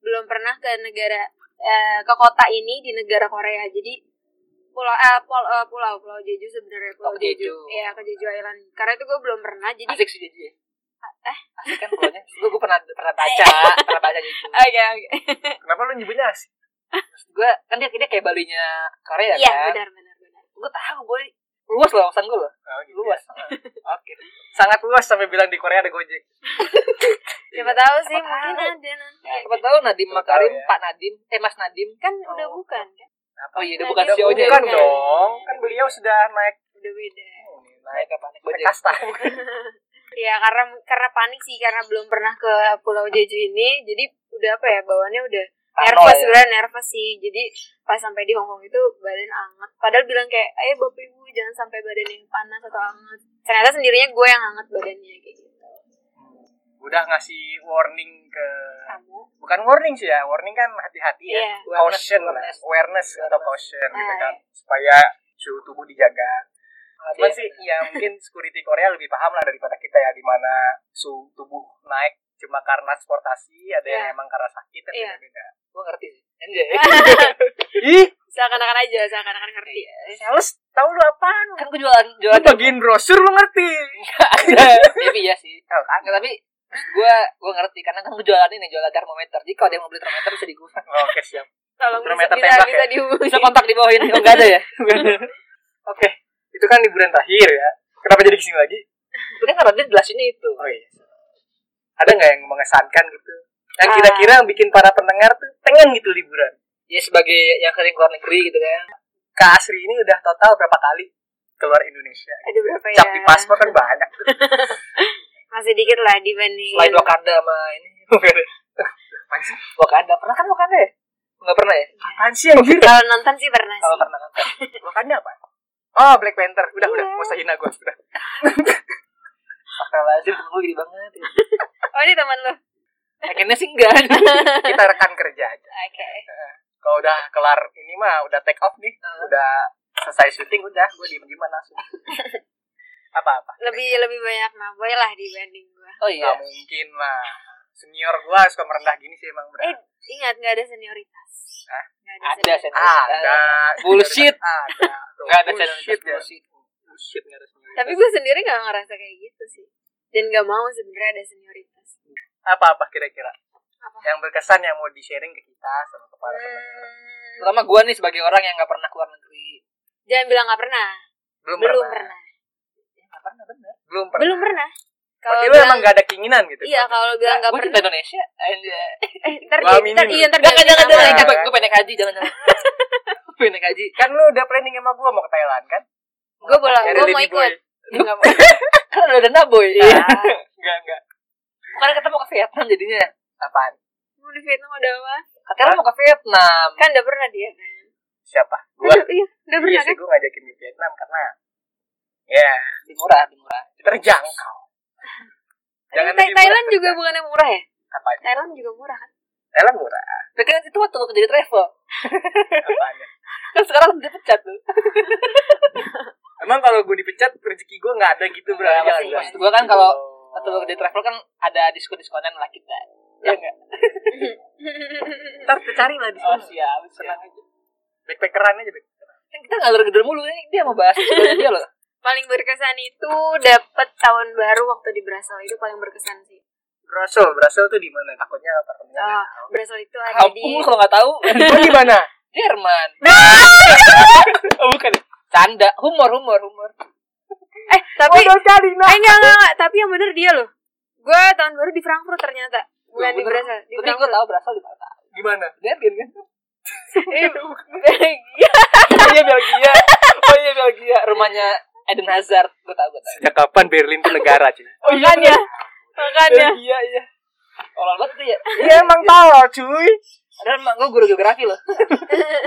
belum pernah ke negara eh, ke kota ini di negara Korea. Jadi pulau eh, pul- eh, pulau pulau Jeju sebenarnya pulau Oh, ke Jeju. Iya, ke Jeju Island. Karena itu gue belum pernah. Jadi Asik sih jadi. Eh? Asik kan pokoknya. Gue gue pernah pernah baca, pernah baca gitu. Oke, oke. Kenapa lu nyebutnya asik? gue kan dia, dia kayak Balinya Korea Iya, kan benar benar benar. gue tahu boy luas loh wawasan gue loh Oh, gitu luas ya. Oke. Sangat luas sampai bilang di Korea ada Gojek. Siapa tahu sih tahu. mungkin ada nanti. Iya, siapa tahu Nadim Siapa Makarim tahu ya. Pak Nadim eh Mas Nadim Kan udah bukan kan? oh iya dia Nadim bukan udah CEO nya bukan Gojek. dong. Kan beliau sudah naik Udah beda. naik apa naik naik Gojek kasta. Ya karena karena panik sih karena belum pernah ke Pulau Jeju ini jadi udah apa ya bawaannya udah Oh, Parno iya. nervous ya. sebenarnya nervous sih jadi pas sampai di Hongkong itu badan anget padahal bilang kayak ayo bapak ibu jangan sampai badan yang panas atau anget ternyata sendirinya gue yang anget badannya kayak gitu Udah ngasih warning ke kamu bukan warning sih ya, warning kan hati-hati ya. Iya. Caution lah, Awareness. awareness atau caution gitu Ah, kan supaya suhu tubuh dijaga. Ada Cuman ya. sih ya mungkin security Korea lebih paham lah daripada kita ya di mana suhu tubuh naik cuma karena transportasi, ada yang Iya. emang karena sakit dan Iya. beda-beda. gue ngerti sih anjay Iya. Ih, Iya, seakan-akan aja seakan-akan ngerti Iya. sales tahu lu apaan? kan gue jualan Lu jualan bagiin brosur lu ngerti. tapi ya sih Oh, kan? Nggak, tapi gue gue ngerti karena kan gue jualan ini jualan termometer jadi kalau dia mau beli termometer bisa di gue Oh, Oke, siap. tolong bisa, Termometer bisa, tembak bisa ya? dihubungi bisa kontak di bawah ini oh, nggak ada ya Oke, itu kan liburan terakhir ya. Kenapa jadi kesini lagi? itu kan karena dia jelasinnya itu Oh iya. Ada nggak yang mengesankan gitu? Yang kira-kira bikin para pendengar tuh pengen gitu liburan. ya sebagai yang sering keluar negeri gitu kan Kak Asri ini udah total berapa kali keluar Indonesia? ada berapa ya Cap di paspor kan banyak. masih dikit lah dibanding selain Wakanda sama ini Apaan sih? Wakanda pernah kan Wakanda ya nggak pernah ya Apaan sih anjir? kalau nonton sih pernah kalau sih pernah kan Makanya apa? Oh, Black Panther. Udah, udah. Iya. Mau hina gue. Udah. Astagfirullahaladzim, temen gue gini banget ya. oh ini teman lo Pengennya sih enggak Kita rekan kerja aja. oke Kalau udah kelar ini mah udah take off nih. Udah selesai syuting udah gue diem gimana langsung. Apa-apa? lebih lebih banyak naboy lah dibanding gue Oh Gak iya mungkin lah. Senior gua suka merendah gini sih emang eh berat. ingat nggak ada senioritas Hah? nggak ada, Ada senioritas. senior ada. Bullshit. Ada. Enggak Ah, ada Bullshit channel ya. bullshit Bullshit nggak ada senioritas. tapi gue sendiri nggak ngerasa kayak gitu sih dan nggak mau sebenarnya ada senioritas apa-apa kira-kira Apa? yang berkesan yang mau di sharing ke kita sama kepala sama- Hmm, Terutama gue nih sebagai orang yang gak pernah keluar negeri jangan bilang nggak pernah belum, belum pernah. pernah Gak pernah bener belum pernah belum pernah kalau Berarti lu bilang emang gak ada keinginan gitu iya kalau bilang nggak Gue pernah cinta Indonesia Anjay eh ntar Wah, dia ntar minim. iya ntar dia Jangan bilang jangan jangan, jangan jangan. Gue pengen naik haji jangan jangan Gue pengen naik haji kan lu udah planning sama gua mau ke Thailand kan gue boleh Nyari gue mau Lady Boy. ikut nggak mau Kan udah ada naboy enggak enggak Karena kita mau ke Vietnam jadinya apaan mau di Vietnam ada apa Katanya lo mau ke Vietnam kan udah pernah dia kan siapa gua udah iya udah pernah iya kan sih gua ngajakin di Vietnam karena ya Lebih murah Lebih murah terjangkau Tapi Jangan Tha- lebih Thailand murah, juga bukan yang murah ya apa Thailand juga murah kan Thailand murah Tapi kan itu waktu lo jadi travel apaan ya? Kan sekarang dia pecat tuh emang kalau gua dipecat rezeki gua nggak ada gitu berarti Nggak, jangan maksud- bilang maksud gua kan gitu. kalau- Waktu lo jadi travel kan ada diskon-diskonan lah kita Iya Iya nggak? ntar cari lah di Oh sana siap Senang aja backpackeran aja backpacker. Kan kita ngalur-gedor mulu nih Dia mau bahas itu dia loh paling berkesan itu dapet tahun baru waktu di Brasil itu paling berkesan sih Brussels, Brussels tuh di mana? Takutnya apa? oh, Brasil itu ada di Kampung lu kalau nggak tahu Lu Oh, di mana? Jerman Nah! Oh bukan Canda Humor humor humor eh tapi eh enggak enggak enggak tapi yang bener dia loh gue tahun baru di Frankfurt ternyata bukan di Iya, Bener. Brasil di Tapi gue Frankfurt tahu berasal di mana Di mana? Berlin kan Eh, Belgia. Oh iya Belgia Oh iya Belgia Rumahnya Eden Hazard Gue tahu gue tahu Sejak kapan Berlin tuh negara cuy? Oh iya makanya makanya Belgia iya Orang banget tuh ya Iya emang tolol cuy. Padahal emak gue guru geografi loh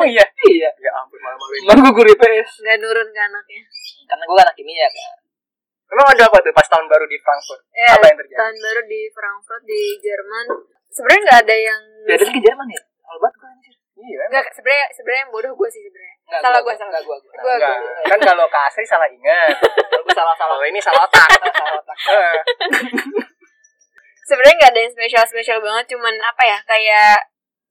Oh iya. Iya Ya ampun malu-maluin. Emang gue guru IPS nggak nurun ke anaknya Karena gue anak kimia kan Emang ada apa tuh pas tahun baru di Frankfurt? Eh, Apa yang terjadi? tahun baru di Frankfurt di Jerman sebenarnya nggak ada yang Berlin ke Jerman ya Orang banget gue anjir Iya. emang. nggak sebenarnya sebenarnya yang bodoh gue sih sebenarnya Nggak, salah gua- gue salah nggak, gua- gua. gue Enggak. Kan kalau Kak Asri salah ingat. Kalau gue salah salah Kalau ini salah otak. salah otak Eh, sebenarnya nggak ada yang spesial spesial banget cuman apa ya kayak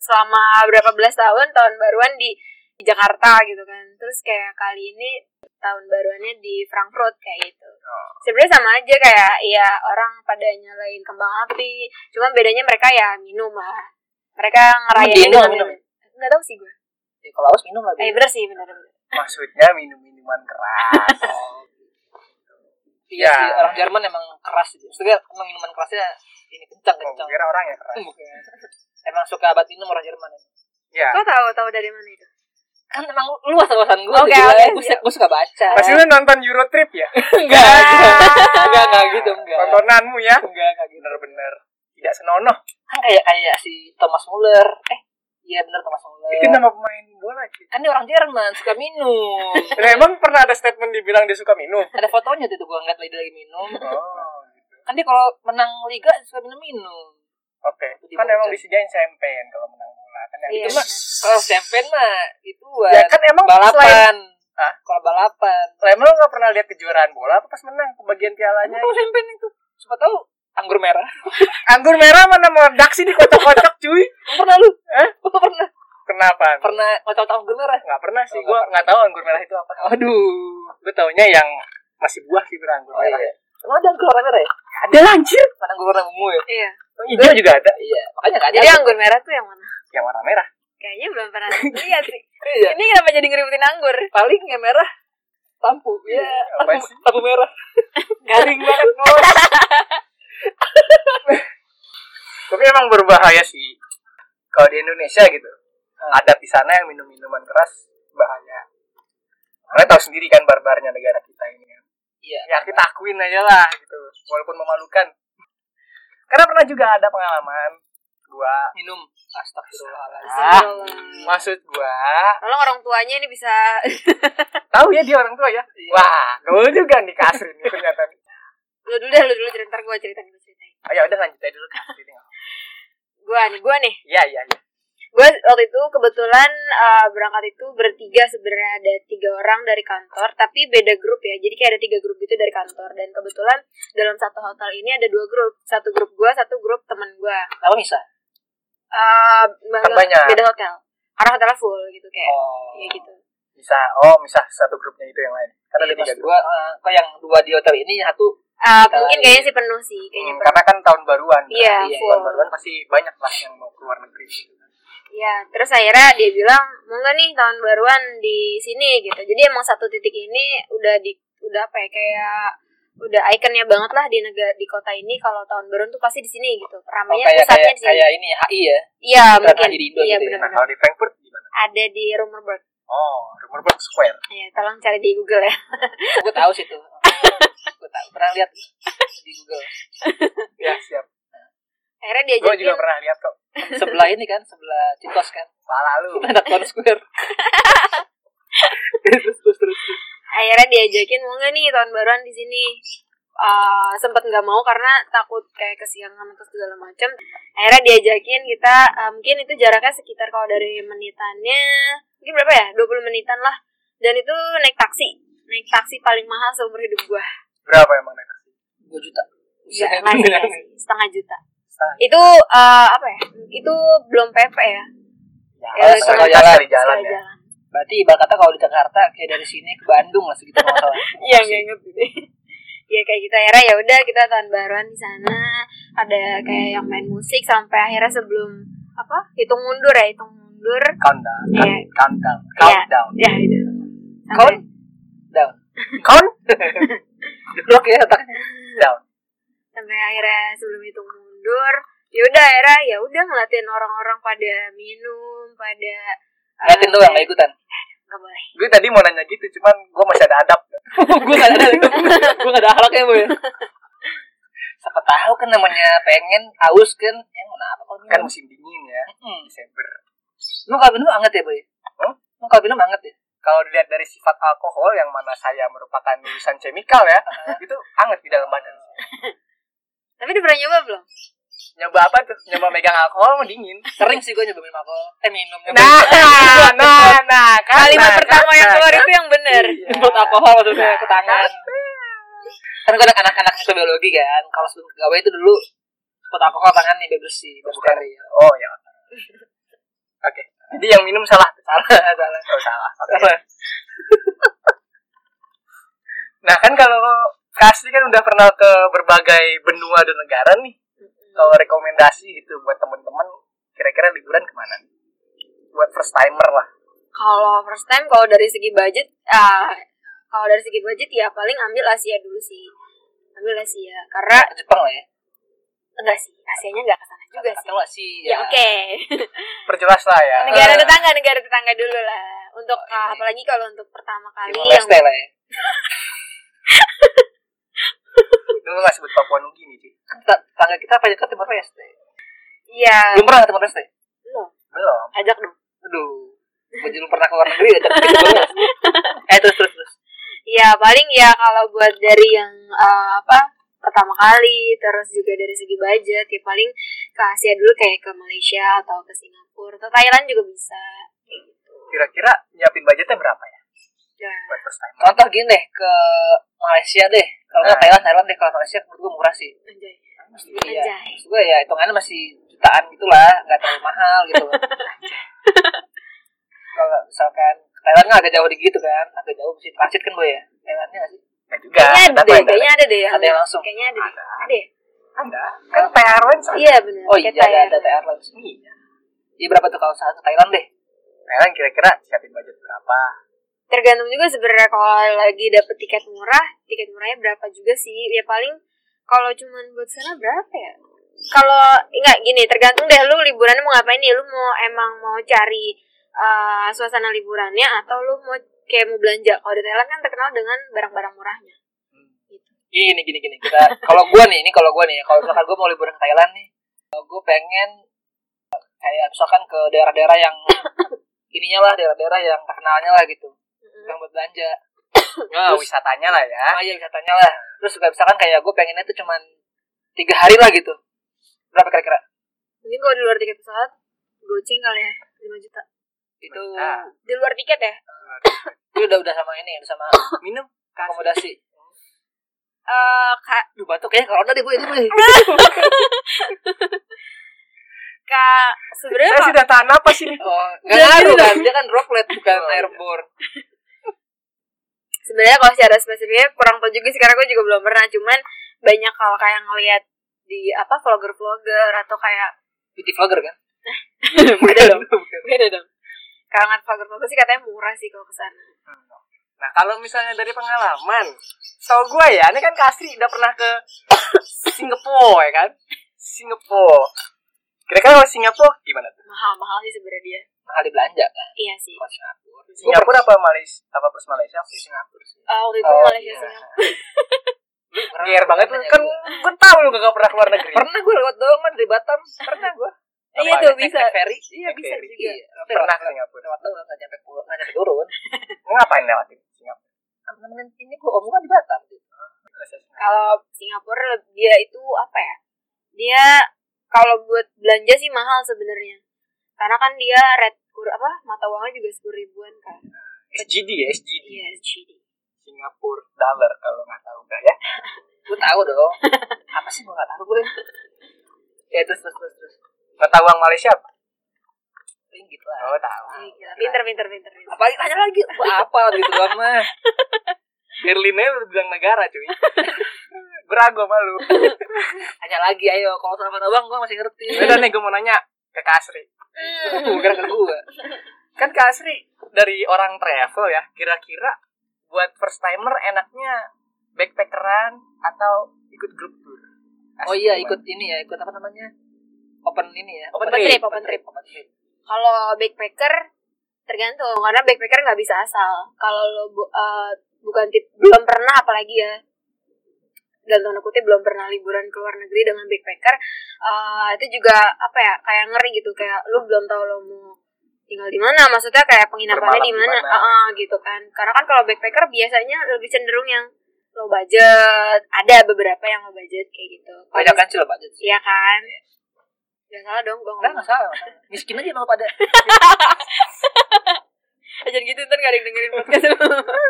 selama berapa belas tahun tahun baruan di, di Jakarta gitu kan terus kayak kali ini tahun baruannya di Frankfurt kayak gitu Oh. sebenarnya sama aja kayak ya orang pada nyalain kembang api cuman bedanya mereka ya minum lah mereka ngerayain Minum, dengan minum. minum. nggak tahu sih gue Ya, kalau haus minum lagi. eh bener sih bener bener Maksudnya minum minuman keras. Iya, Ya. sih, orang Jerman emang keras gitu. Maksudnya emang minuman kerasnya ini kencang Oh, kencang. kira orang ya keras. Bukan. emang suka obat minum orang Jerman. Ah. Ya. kau tahu tahu dari mana itu Kan emang luas wawasan gue. Oke, gila. oke, Gue siap. suka- gue suka baca. Pasti lu nonton Eurotrip ya? enggak, enggak, Ah. enggak, enggak gitu, enggak. Tontonanmu ya? Enggak, enggak gitu. Bener-bener tidak senonoh. Kan kayak kayak si Thomas Muller. Eh, iya bener Thomas Muller. Itu nama pemain bola gitu. Kan dia orang Jerman, suka minum. Nah, emang pernah ada statement dibilang dia suka minum? Ada fotonya tuh gue ngeliat lagi lagi minum. Oh, gitu. Kan dia kalau menang liga suka minum-minum. Oke. Kan emang disediain champagne kalau menang bola. Kan yang Iya. itu mah. Kalau champagne mah itu Ya kan emang selain balapan. Hah? Kalau balapan. Lah emang lu gak pernah lihat kejuaraan bola apa pas menang pembagian pialanya? Tahu champagne itu. Siapa tahu anggur merah. Anggur merah mana meledak sih di kocok-kocok cuy. pernah lu? Hah? Lu pernah? Kenapa? Pernah ngocok anggur merah? Nggak pernah sih, Oh, nggak gua nggak tahu anggur merah itu apa. Aduh. Gue taunya yang masih buah sih bilang anggur Oh merah. iya. Emang ada anggur warna merah ya? Ada lah, anjir. Mana anggur warna ungu ya? iya Hijau juga ada. Iya. Makanya nggak ada. jadi anggur merah tuh yang mana Yang warna merah. kayaknya belum pernah lihat sih Iya. ini kenapa jadi ngeributin anggur Paling yang merah tampu. Iya. Apa Tampu, sih? tampu merah. Garing banget, bos. Tapi emang berbahaya sih. Kalau di Indonesia gitu, ada pisana yang minum minuman keras bahaya. Kalian tahu sendiri kan barbarnya negara kita ini kan. Iya. Ya kita akuin aja lah gitu, walaupun memalukan. Karena pernah juga ada pengalaman gua Minum. Astagfirullahaladzim. Ah. Tolong maksud gua orang tuanya ini bisa tahu ya dia orang tua ya Iya. wah gaul juga nih Kak Asrin ini ternyata lu dulu deh lu dulu cerita ntar gue ceritain gue ceritain ayo udah lanjut aja dulu Kak Asrin gue nih gue nih iya iya iya gue waktu itu kebetulan eh, berangkat itu bertiga sebenarnya ada tiga orang dari kantor tapi beda grup ya jadi kayak ada tiga grup gitu dari kantor dan kebetulan dalam satu hotel ini ada dua grup satu grup gue satu grup temen gue Kenapa bisa? Eh, Kan banyak. beda hotel karena hotelnya full gitu kayak Oh. ya gitu Iya, bisa oh misah satu grupnya itu yang lain karena Iya, ada tiga maksud grup gua, eh, kok yang dua di hotel ini satu Eh, Kita- mungkin kayaknya sih penuh sih kayaknya Hmm, penuh. karena kan tahun baruan kan? iya iya, full tahun baruan pasti banyak lah yang mau keluar negeri Iya, terus akhirnya dia bilang, mau nggak nih tahun baruan di sini gitu. Jadi emang satu titik ini udah di udah apa ya kayak udah ikonnya banget lah di negara di kota ini kalau tahun baruan tuh pasti di sini gitu. oh, Ramainya kayak pusatnya kayak di sini. kayak ini ya, HI ya Iya, Putaran mungkin. lagi di Indo Iya, gitu ya. nah benar-benar. kalau di Frankfurt gimana Ada di Rumorberg. oh Rumorberg Square Iya, tolong cari di Google ya. gue tahu sih tuh gue tahu pernah lihat di Google ya siap Akhirnya gua diajakin juga pernah lihat kok sebelah ini kan sebelah Citos kan pala lu Pendakon Square terus terus terus akhirnya diajakin mau nggak nih tahun baruan di sini Eh, sempet nggak mau karena takut kayak kesiangan atau segala macam akhirnya diajakin kita eh, mungkin itu jaraknya sekitar kalau dari menitannya mungkin berapa ya 20 menitan lah dan itu naik taksi naik taksi paling mahal seumur hidup gua berapa emang naik taksi dua juta Nggak, nggak sih, nggak sih. setengah juta Setengah itu eh, apa ya itu belum PP ya ya, Eh, setengah kalau jam jalan. dari jalan Setengah ya jalan berarti ibarat kata kalau di Jakarta kayak dari sini ke Bandung lah segitu nggak salah Iya nggak inget gitu. ya kayak gitu akhirnya ya udah kita tahun baruan di sana ada kayak yang main musik sampai akhirnya sebelum apa hitung mundur ya hitung mundur countdown Iya. countdown Iya. countdown ya itu Kon? sampai, down countdown blok ya otaknya sampai akhirnya sebelum hitung mundur ya udah akhirnya ya udah ngeliatin orang-orang pada minum pada eh, ngeliatin doang nggak ikutan nggak boleh gue tadi mau nanya gitu cuman gue masih ada adab gue gak ada gue gak ada akhlaknya bu ya siapa tahu kan namanya pengen haus kan ya mau apa kalau kan minum. musim dingin ya Mm-mm. Desember Emang kalau minum anget ya, Boy? Hah? Emang kalau minum anget ya? kalau dilihat dari sifat alkohol yang mana saya merupakan lulusan kimikal ya itu anget di dalam badan tapi udah pernah nyoba belum nyoba apa tuh nyoba megang alkohol mau dingin Sering sih gue nyoba minum alkohol. Eh, minum. nyoba nah nah nah, nah kan, kalimat nah, pertama kan, yang nah, keluar kan. itu yang benar Iya. Nyemprot alkohol maksudnya ke tangan. Nah. Kan gue anak- anak-anak mikrobiologi kan. Kalau sebelum gawe itu dulu semprot alkohol tangan nih biar bersih, biar Bukan. steril. oh ya oke jadi yang minum salah Salah, salah. oh salah Oke. Salah. nah kan kalau kasih kan udah pernah ke berbagai benua dan negara Oh, nih kalau rekomendasi gitu buat temen-temen kira-kira liburan kemana nih? buat first timer lah Kalau first time kalau dari segi budget ah kalau dari segi budget ya paling ambil Asia dulu sih. Ambil Asia karena Jepang lah ya enggak sih, Asianya enggak kesana juga sih. atau nggak sih Ya oke. perjelas lah ya negara Eh. tetangga, negara tetangga dulu lah. Untuk Oh, ah, ini. apalagi kalau untuk pertama kali Iya. Timor yang Leste lah ya itu lu nggak sebut Papua Nugi nih Ci. Kita- Kan tetangga kita apa ke Timor Leste Iya. belum pernah ke Timor Leste Belum. belum Ajak dong. aduh gue belum pernah ke luar negeri ya tapi gitu banget. eh terus terus terus Ya paling ya kalau buat dari yang eh, apa pertama kali terus juga dari segi budget ya paling ke Asia dulu kayak ke Malaysia atau ke Singapura atau Thailand juga bisa kayak gitu. kira-kira nyiapin budgetnya berapa ya Ya. buat first timer contoh gini deh ke Malaysia deh kalau nggak Nah. Thailand Thailand deh kalau Malaysia menurut gue murah sih Anjay. Maksud gue ya Anjay. maksud gue ya hitungannya masih jutaan gitulah nggak terlalu mahal gitu loh. kalau misalkan ke Thailand nggak agak jauh di gitu kan agak jauh mesti transit kan gue ya Thailandnya nggak sih nggak juga ya? Kayaknya ada Kenapa deh, Anda? kayaknya ada deh. yang- Ada yang langsung? Kayaknya ada deh. Ada. Ada. ya? ada kan PR Wens Iya benar. oh iya Kita ada ya. ada TR langsung iya Iya berapa tuh kalau saat ke Thailand deh Thailand kira-kira siapin budget berapa Tergantung juga sebenarnya kalau lagi dapet tiket murah, tiket murahnya berapa juga sih? Ya paling kalau cuman buat sana berapa ya? Kalau enggak gini, tergantung deh lu liburannya mau ngapain nih? Lu mau emang mau cari eh, suasana liburannya atau lu mau kayak mau belanja? Kalau di Thailand kan terkenal dengan barang-barang murahnya. gini gini gini kita kalau gue nih ini kalau gue nih kalau misalkan gue mau liburan ke Thailand nih gue pengen eh, kayak misalkan ke daerah-daerah yang ininya lah daerah-daerah yang terkenalnya lah gitu yang buat belanja nah, wisatanya lah ya ah iya wisatanya lah terus juga misalkan kayak gue pengennya tuh cuman tiga hari lah gitu berapa kira-kira Mungkin kalau di luar tiket pesawat goceng kali ya 5 juta. itu Nah. Di luar tiket ya? itu udah udah sama ini udah sama minum akomodasi Eh ka, Duh batuk kayaknya corona deh bu ini Bu. ka sebenarnya saya kalau- sudah tahan apa sih nih oh nggak ngaruh kan dia kan droplet bukan Oh, iya. airborne sebenarnya kalau secara spesifiknya kurang tau juga sih karena gue juga belum pernah cuman banyak kalau kayak ngeliat di apa vlogger-vlogger atau kayak beauty vlogger kan beda dong Bukan. beda dong kalau ngeliat vlogger-vlogger sih katanya murah sih kalau kesana Nah kalau misalnya dari pengalaman, tau gue ya, ini kan Kasri udah pernah ke Singapura ya kan? Singapura. Kira-kira kalau Singapura gimana tuh? mahal mahal sih sebenarnya dia mahal di belanja kan iya sih kalau Singapura Singapura apa Malaysia? Apa plus Malaysia? Plus Singapura sih. Ah, waktu itu Oh, Malaysia iya. Singapura Lu pernah- Nyer banget lu pernah kan ya, gua? gue tau lu gak pernah keluar negeri. pernah gue lewat doang dari Batam pernah gue iya Apa, tuh naik- bisa naik ferry iya bisa ferry? juga Iya, tapi Pernah lewat- ke Singapura. lewat doang nggak nyampe pulang nggak nyampe turun Ngapain lewatin Singapura? temen ini gue om gua kan di Batam kalau Singapura leb- dia itu apa ya dia kalau buat belanja sih mahal sebenarnya karena kan dia red kur apa mata uangnya juga sepuluh ribuan kan SGD ya, SGD. iya SGD Singapura dollar kalau nggak tahu nggak ya. gue tahu dong apa sih gue nggak tahu gue ya terus terus terus terus Nggak tahu uang Malaysia apa? ringgit lah Oh tahu. Iya, gila. Pinter, pinter, pinter, pinter. apalagi tanya lagi gue apa gitu doang mah Berlinnya lu bilang negara cuy. Berago malu. tanya lagi ayo kalau soal mata uang gue masih ngerti Udah nih gue mau nanya ke Kasri. Hmm. bukan ke gue kan Kak Asri dari orang travel ya kira-kira buat first timer enaknya backpackeran atau ikut grup tour oh iya ikut ini ya ikut apa namanya open ini ya Open trip, open open trip Kalau backpacker tergantung karena backpacker nggak bisa asal. Kalau lo bu- eh, bukan tip belum pernah apalagi ya dan tanda kutip belum pernah liburan ke luar negeri dengan backpacker eh, itu juga apa ya kayak ngeri gitu kayak lu belum tahu lo mau tinggal di mana maksudnya kayak penginapannya Bermalam di di mana mana. Eh, eh, gitu kan karena kan kalau backpacker biasanya lebih cenderung yang low budget ada beberapa yang low budget kayak gitu Kalau banyak kan sih lo budget Iya kan? Gak salah dong gue Enggak, ngomong. enggak salah. nggak salah. Miskin aja mau pada. Jangan gitu ntar gak ada yang dengerin podcast lu.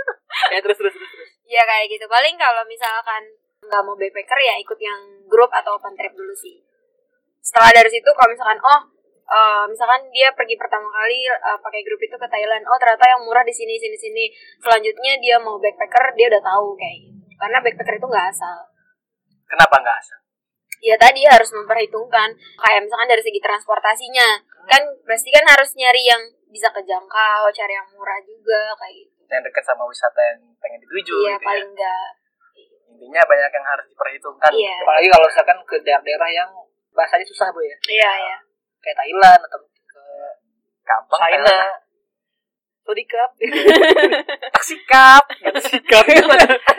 Ya terus terus terus. terus. Iya kayak gitu. Paling kalau misalkan nggak mau backpacker ya ikut yang grup atau open trip dulu sih. Setelah dari situ kalau misalkan oh eh, misalkan dia pergi pertama kali eh, pakai grup itu ke Thailand, oh ternyata yang murah di sini sini sini. Selanjutnya dia mau backpacker dia udah tahu kayak gitu. Karena backpacker itu nggak asal. kenapa nggak asal ya tadi harus memperhitungkan kayak misalkan dari segi transportasinya kan pasti kan harus nyari yang bisa kejangkau cari yang murah juga kayak gitu yang dekat sama wisata yang pengen dituju iya gitu paling enggak ya. intinya banyak yang harus diperhitungkan Iya. gitu. apalagi kalau misalkan ke daerah-daerah yang bahasanya susah bu ya iya iya kayak Thailand atau ke gampang China Sorry cup taksi kap taksi kap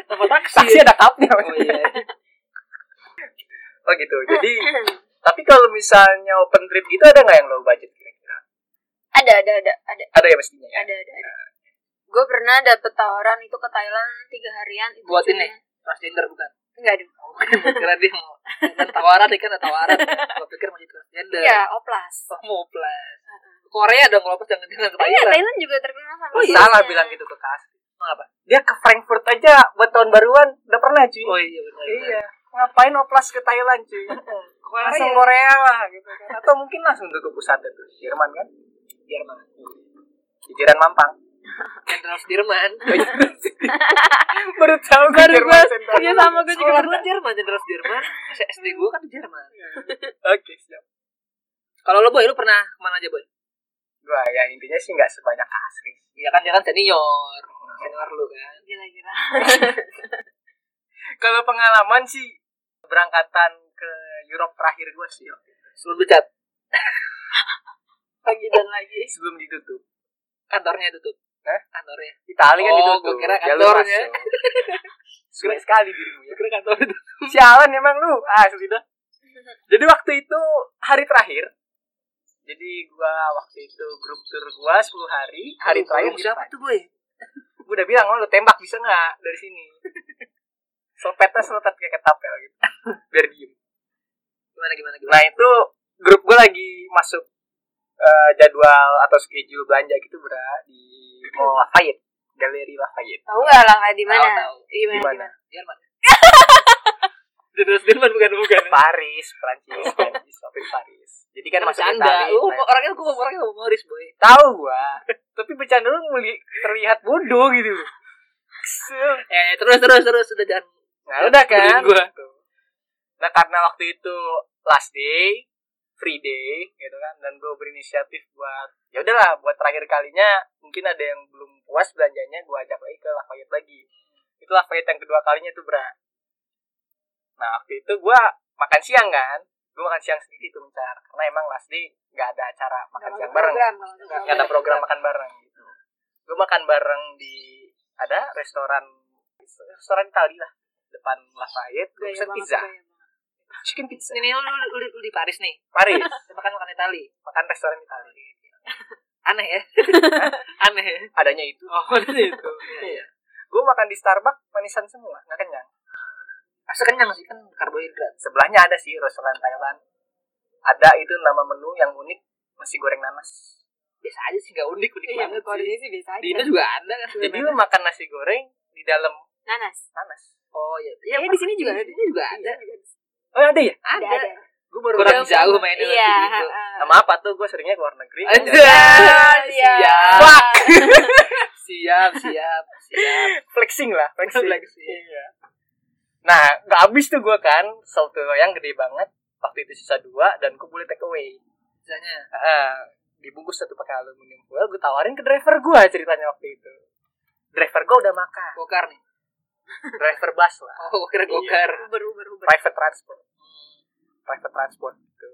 Apa taksi taksi ya? ada kapnya Oh iya oh gitu jadi tapi kalau misalnya open trip gitu ada nggak yang low budget kira-kira ada ada ada ada ada ya pastinya ya ada ada, ada. gue pernah dapet tawaran itu ke Thailand tiga harian itu Buat cuma- ini? transgender bukan enggak dong kira dia mau kan tawaran dia kan ada tawaran gue pikir masih transgender iya oplas oh, mau plus Korea dong kalau pas jangan jangan ke Eh, iya, Thailand Thailand juga terkenal sama Oh, oplasnya. salah bilang gitu ke kas apa dia ke Frankfurt aja buat tahun baruan udah pernah cuy oh iya benar iya ngapain oplas ke Thailand cuy Korea langsung Korea lah gitu kan atau mungkin langsung ke pusatnya tuh Jerman kan Jerman Jijiran Mampang Jenderal Sudirman baru tahu gue baru gue Jerman Central. Oh, Iya, kerja sama gue juga sekolah baru gue Jerman Jenderal Sudirman SD gue kan di Jerman Iya, oke siap kalau lo boy lo pernah kemana aja boy gua ya intinya sih nggak sebanyak Kasri Iya kan dia kan senior senior lu kan gila-gila kalau pengalaman sih berangkatan ke Europe terakhir gue sih ya. waktu itu. sebelum dicat lagi dan lagi sebelum ditutup kantornya tutup Hah? kantornya Itali kan Oh, ditutup gua kira ya. Jalur kantornya. masuk. Sulit sekali dirimu ya kira kantor itu Sialan emang lu. Ah, sudah. Jadi waktu itu hari terakhir. Jadi gua waktu itu grup tour gua 10 hari, hari terakhir di siapa Jepang. tuh boy Gua udah bilang, "Oh, lu tembak bisa nggak dari sini?" Selepetnya selepet kayak ketapel gitu. Biar diem. gimana gimana gimana Nah, itu grup gua lagi masuk eh, jadwal atau schedule belanja gitu, Bra, di Mall Lafayette, Galeri Lafayette. tahu nggak lah nggak di mana Tahu, tahu. gimana Di mana? gimana Jerman Jenderal Sudirman bukan bukan Paris, Prancis, Prancis, waktu di Paris. Jadi Iya, kan masuk bercanda Itali. lu Prancis. Oh, orangnya gue orangnya humoris boy tahu gua tapi bercanda lu meli- terlihat bodoh gitu Kesel. eh terus terus terus sudah jangan nah udah kan Gua. nah karena waktu itu last day free day gitu kan dan gue berinisiatif buat ya udahlah buat terakhir kalinya mungkin ada yang belum puas belanjanya gua ajak lagi ke Lafayette lagi itu Lafayette yang kedua kalinya tuh bra nah waktu itu gua makan siang kan gue makan siang sendiri tuh mencar karena emang last day nggak ada acara makan siang bareng Iya, nggak ada program makan bareng gitu gue makan bareng di ada restoran restoran Itali lah depan Lafayette gue Gaya pesen banget, pizza gaya banget. chicken pizza ini lu, lu, lu, lu di Paris nih Paris kita makan makan Itali makan restoran Itali aneh ya aneh ya adanya itu oh udah itu iya gue makan di Starbucks manisan semua nggak kenyang asal kenyang sih kan karbohidrat sebelahnya ada sih restoran Thailand ada itu nama menu yang unik nasi goreng nanas biasa aja sih nggak unik unik Iya, banget kalau di sih sini sih biasa di Indo aja. juga ada kan jadi lu makan nasi goreng di dalam Nanas. nanas oh iya iya Kayaknya di sini juga ada. Iya, di sini juga ada oh ada ya ada ada. gue baru Kurang tahu. jauh mainnya lagi Iya. di Indo. heeh. sama apa tuh gue seringnya ke luar negeri Iya. Anjay, siap. Fuck. siap siap siap flexing lah flexing, Flexing. Iya. nah nggak habis tuh gue kan soto yang gede banget waktu itu sisa dua dan gue boleh take away misalnya Eh, dibungkus satu pakai aluminium foil gue tawarin ke driver gue ceritanya waktu itu driver gue udah makan gokar nih driver bus lah oh gokar gokar Iya. Uber, Uber, Uber. private transport private transport gitu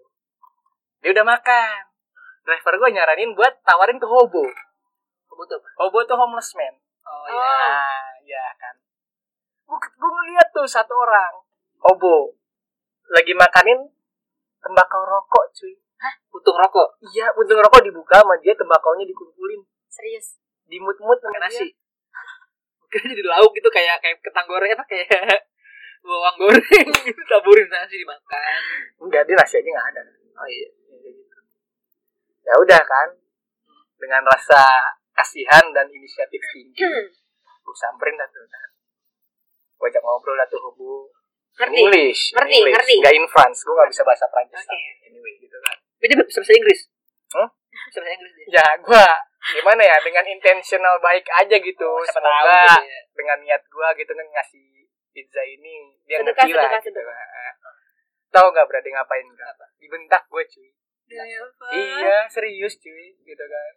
dia udah makan driver gue nyaranin buat tawarin ke hobo kebutuh hobo tuh homeless man Oh. oh iya Nah, ya kan. Gue gue ngeliat tuh satu orang. Obo. Lagi makanin tembakau rokok cuy. untung rokok Iya, untung rokok dibuka sama dia, tembakaunya dikumpulin. Serius. Dimut-mut pakai sama nasi Iya. dia. kira jadi lauk gitu kayak kayak kentang goreng apa kayak bawang goreng gitu taburin nasi dimakan Enggak, dia nasi aja gak ada. oh iya Ya udah kan. Dengan rasa kasihan dan inisiatif tinggi, gue samperin dah tuh. Kan. Gue ajak ngobrol dah tuh hobo. Ngerti. English. Ngerti, English. ngerti. Nggak in France, gue gak bisa bahasa Prancis. Oke. lah. Anyway, gitu kan. tapi dia bisa bahasa Inggris Hah? bisa bahasa Inggris dia ya gua gimana ya dengan intentional baik aja gitu Oh, siapa tahu semoga gitu ya. dengan niat gua gitu kan ngasih pizza ini dia Sedekah, ngerti lah sedekah, gitu sedekah. lah. tahu nggak berarti ngapain nggak dibentak gua cuy Iya. iya serius cuy gitu kan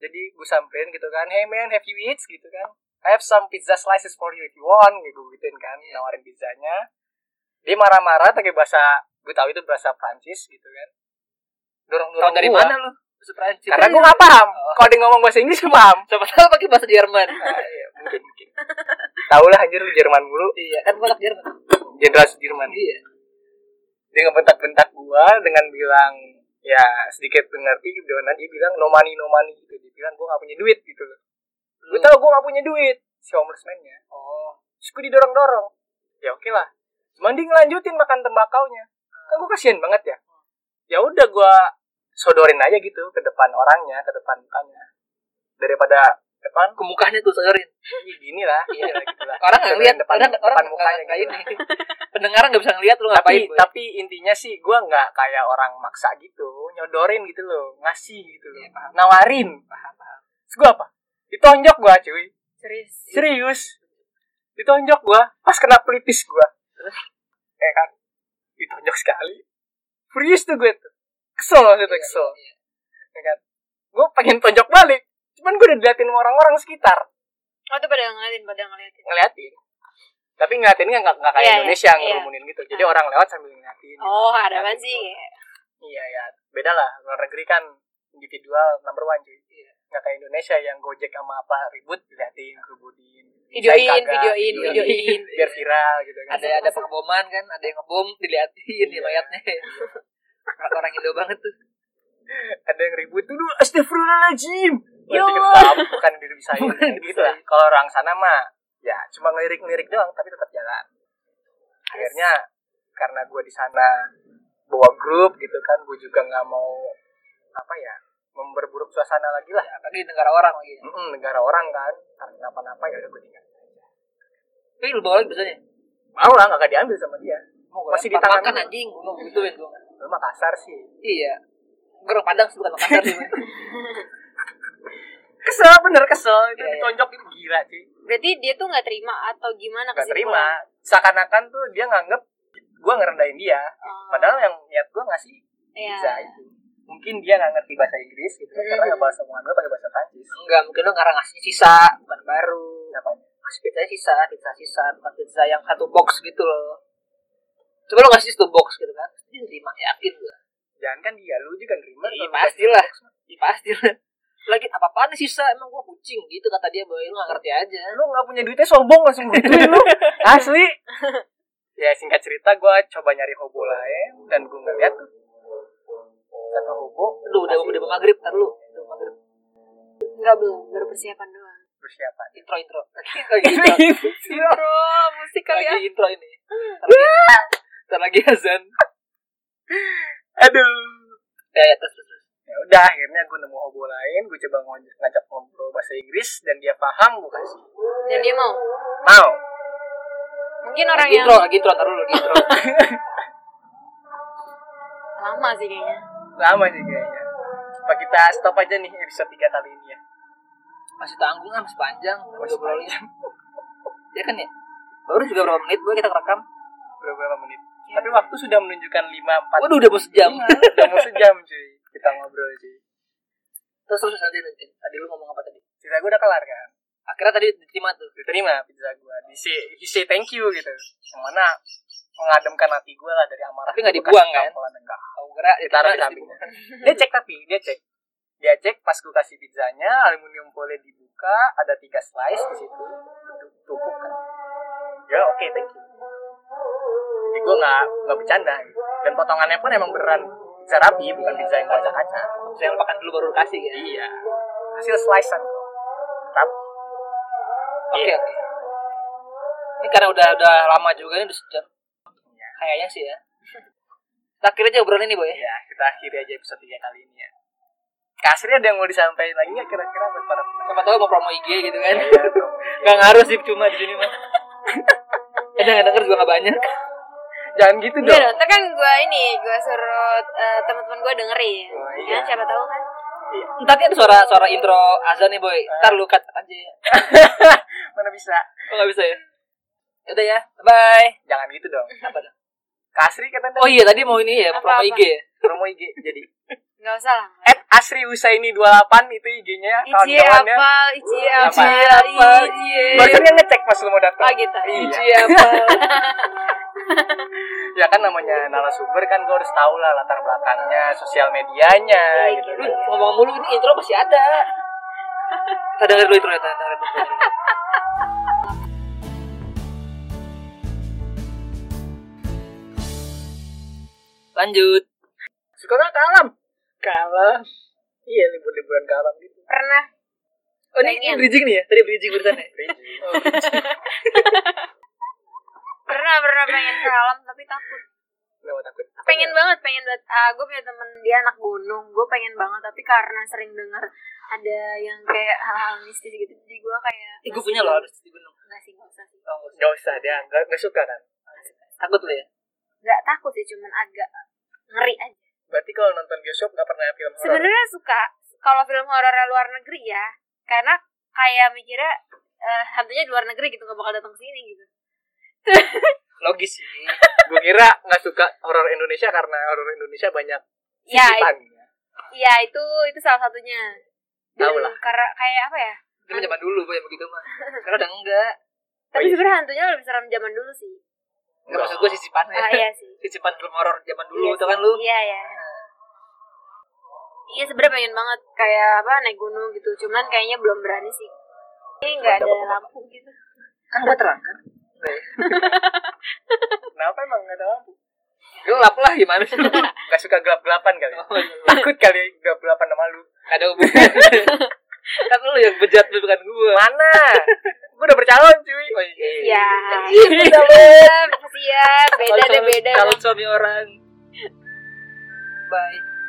jadi gue samperin gitu kan hey man have you eats gitu kan I have some pizza slices for you if you want gitu gue gituin kan Iya. nawarin pizzanya dia marah-marah pakai bahasa gue tahu itu bahasa Prancis gitu kan dorong dorong Tahu dari mana lu? Bahasa Perancis. karena gue nggak paham kalau dia ngomong bahasa Inggris gue paham Siapa tahu pakai bahasa Jerman. Oh. Ah, iya, mungkin mungkin tahu lah anjir lu Jerman mulu iya, kan gua anak Jerman. Jenderal Sudirman Iya. dia ngebentak-bentak gua dengan bilang ya sedikit mengerti karena dia bilang no money no money gitu dia bilang gua gak punya duit gitu loh gua Lu- tahu gua gak punya duit si homeless man-nya oh terus gua didorong-dorong ya oke lah cuman dia ngelanjutin makan tembakaunya Hmm. kan gua kasihan banget ya ya udah gua sodorin aja gitu ke depan orangnya ke depan mukanya daripada depan ke mukanya tuh sodorin. "Ih, gini lah iya gitu lah Orang nggak Sodorin ngeliat, depan, orang orang depan mukanya nggak gitu ini. Pendengar nggak bisa ngeliat lu ngapain. tapi tapi intinya sih gue nggak kayak orang maksa gitu nyodorin gitu loh ngasih gitu Iya, loh nawarin Terus gue apa ditonjok gue cuy Iya. serius serius ditonjok gue pas kena pelipis gue eh kan ditonjok sekali furious tuh gue tuh kesel gitu kesel Iya. ya kan gue pengen tonjok balik cuman gue udah diliatin sama orang-orang sekitar oh tuh pada ngeliatin pada ngeliatin ngeliatin tapi ngeliatinnya nggak nggak kayak Iya, iya, Indonesia yang iya. ngerumunin gitu jadi orang lewat sambil ngeliatin oh ada apa sih Iya ya, beda lah. Luar negeri kan individual number one cuy. Iya. Nggak kayak Indonesia yang gojek sama apa ribut diliatin, kerubudin. videoin Saya kagak, videoin videoin Biar viral gitu kan. ada ada pengeboman kan, ada yang ngebom diliatin Iya. ya mayatnya. Orang- orang Indo banget tuh. ada yang ribut dulu astagfirullahaladzim. Ya Ya Allah. Bukan diri saya. Bukan diri gitu lah. Kalau orang sana mah ya cuma ngelirik-ngelirik doang tapi tetap jalan. Akhirnya karena gue di sana bawa grup gitu kan gue juga nggak mau apa ya memperburuk suasana lagi lah Apalagi di negara orang lagi. Mm-mm, negara orang kan karena kenapa-napa ya udah gue tinggal Tapi lu bawa lagi biasanya. mau lah nggak diambil sama dia Mau Masih di tangan kan lu. anjing, gua gituin gua. lu mah kasar sih Iya. Gua orang Padang sih bukan Makassar sih. Bang. kesel bener kesel itu Iya, iya. ditonjok itu gila sih berarti dia tuh nggak terima atau gimana nggak kesimpulan? terima seakan-akan tuh dia nganggep gue ngerendahin dia Oh, padahal yang niat gue ngasih iya. bisa itu mungkin dia nggak ngerti bahasa Inggris gitu Mm. karena nggak bahasa omongan gue pakai bahasa Prancis Enggak, mungkin lu ngarang ngasih sisa, bukan baru. Kenapa? Masih pizza sisa, pizza sisa, bukan pizza yang satu box gitu loh. Coba lo ngasih satu box gitu kan, dia terima yakin gue. jangan kan dia lu juga nerima Iya kalau pasti lah, iya pasti lah. Lagi apa apaan sisa emang gue kucing gitu kata dia boy lu gak ngerti aja. lu nggak punya duitnya sombong langsung gituin lu asli ya singkat cerita gue coba nyari hobo lain dan gue ngeliat tuh satu hobo Aduh udah udah mau maghrib ntar lu, udah mau maghrib nggak belum baru persiapan doang persiapan Iya. intro intro. Lagi intro, bro musik lagi intro ini. Ntar lagi- Ntar lagi azan. aduh Ya, ya terus terus. terus. ya udah akhirnya gue nemu hobo lain gue coba ngoj- ngajak ngobrol bahasa Inggris dan dia paham gue kasih dan dia mau mau mungkin orang Lagi yang intro, lagi intro, ntar dulu lagi intro. lama sih kayaknya lama sih kayaknya apa kita stop aja nih episode 3 kali ini ya Masih tanggung kan, masih panjang. Masih panjang. Ya kan ya? Baru juga berapa menit boy kita rekam? beberapa menit tapi waktu sudah menunjukkan 5 4 Waduh udah mau sejam. Iya. udah mau sejam cuy kita ngobrol cuy terus terus nanti nanti tadi lu ngomong apa tadi cerita gue udah kelar kan akhirnya tadi diterima tuh diterima pizza gue di say, he say thank you gitu yang mana mengademkan hati gue lah dari amarah Tapi nggak Gua dibuang, kasih kan? tampol, enggak aku kira ditaruh diterima di terus sampingnya. Dia cek tapi dia cek. Dia cek pas gue kasih pizzanya, aluminium foil dibuka, ada tiga slice di situ. Bentuk Tumpuk kan. Ya oke, thank you. Jadi gue nggak nggak bercanda. Dan potongannya pun emang beneran pizza rapi, bukan pizza yang kaca-kaca. diterima. saya makan dulu baru kasih ya Iya. Hasil slicean kok. Rapi. oke oke ini karena udah udah lama juga ini udah sejam Iya. kayaknya sih ya Kita akhirnya aja obrolan ini boy Ya, kita akhiri aja episode 3 kali ini ya. Kasri ada yang mau disampaikan lagi nggak kira-kira buat para pendengar? siapa tahu mau promo IG gitu kan Ya, Bro. nggak ngaruh sih cuma di sini mah eh yang denger juga nggak banyak Jangan gitu Enggak Iya. dong. dong, ntar kan gue ini, gue suruh eh, teman-teman gue dengerin Oh, Ya iya. kan, siapa tahu kan ntar kan ada suara suara intro azan nih boy ntar lu cut aja Mana bisa? kok nggak bisa ya udah ya bye Jangan gitu dong. apa dah? Kasri katanya iya. oh iya tadi mau ini ya mau promo Apa-apa. IG ya promo IG jadi Gak usah lah at Asri Husaini 28 itu IG-nya Iji kawan-kawannya. apa? Iji apa? Iji apa? Iji. Barusan kan ngecek pas lu mau datang. Oh gitu. Iya. Iji apa? Ya kan namanya narasumber kan gue harus tahu lah latar belakangnya, sosial medianya Iya, gitu. Lu ngomong mulu ini intro masih ada. Kita dengar dulu intro ya, kita dengerin dulu. Lanjut. Sekolah ke alam. Ke alam. Iya libur-liburan ke alam gitu. Pernah Oh, ini, ini Pengen. bridging nih ya? Tadi bridging barusan ya? Oh, pernah pernah pengen ke alam tapi takut. Lewat takut. Pengen banget, pengen banget. Ah, gue punya temen dia anak gunung. Gue pengen banget tapi karena sering dengar ada yang kayak hal-hal mistis gitu, jadi gue kayak Ih, gue punya loh harus di gunung. nggak sih nggak usah sih. Oh, nggak usah. Gak usah dia, gak, gak suka kan. Takut lu ya? Nggak takut sih, cuman agak ngeri aja. Berarti kalau nonton bioskop gak pernah film horor. sebenarnya suka kalau film horor luar negeri ya karena kayak mikirnya eh, hantunya di luar negeri gitu gak bakal datang ke sini gitu Logis sih. Gue kira gak suka horor Indonesia karena horor Indonesia banyak ya i- sisipan. iya itu itu salah satunya Dan Tahu lah. karena kayak apa ya Itu mah zaman dulu, Boy, begitu mah. Sekarang udah enggak. tapi Oh, iya. sebenarnya hantunya lebih seram zaman dulu sih Enggak maksud gue Oh, sisipannya. ah iya sih Sisipan film horor zaman Iya dulu, itu sih. kan lu. iya ya iya sebenarnya pengen banget kayak apa naik gunung gitu cuman kayaknya belum berani sih ini nggak ada lampu gitu Kan gue terang kan? Kenapa emang gak ada lampu? Gelap lah gimana sih? Gak suka gelap-gelapan kali. Oh, iya. Takut kali gelap-gelapan sama lu. ada hubungan kan lu yang bejat lu bukan gua Mana? gue udah bercalon cuy. Oh, iya. ya Iya, belum kasihan ya. beda deh beda kalau suami orang bye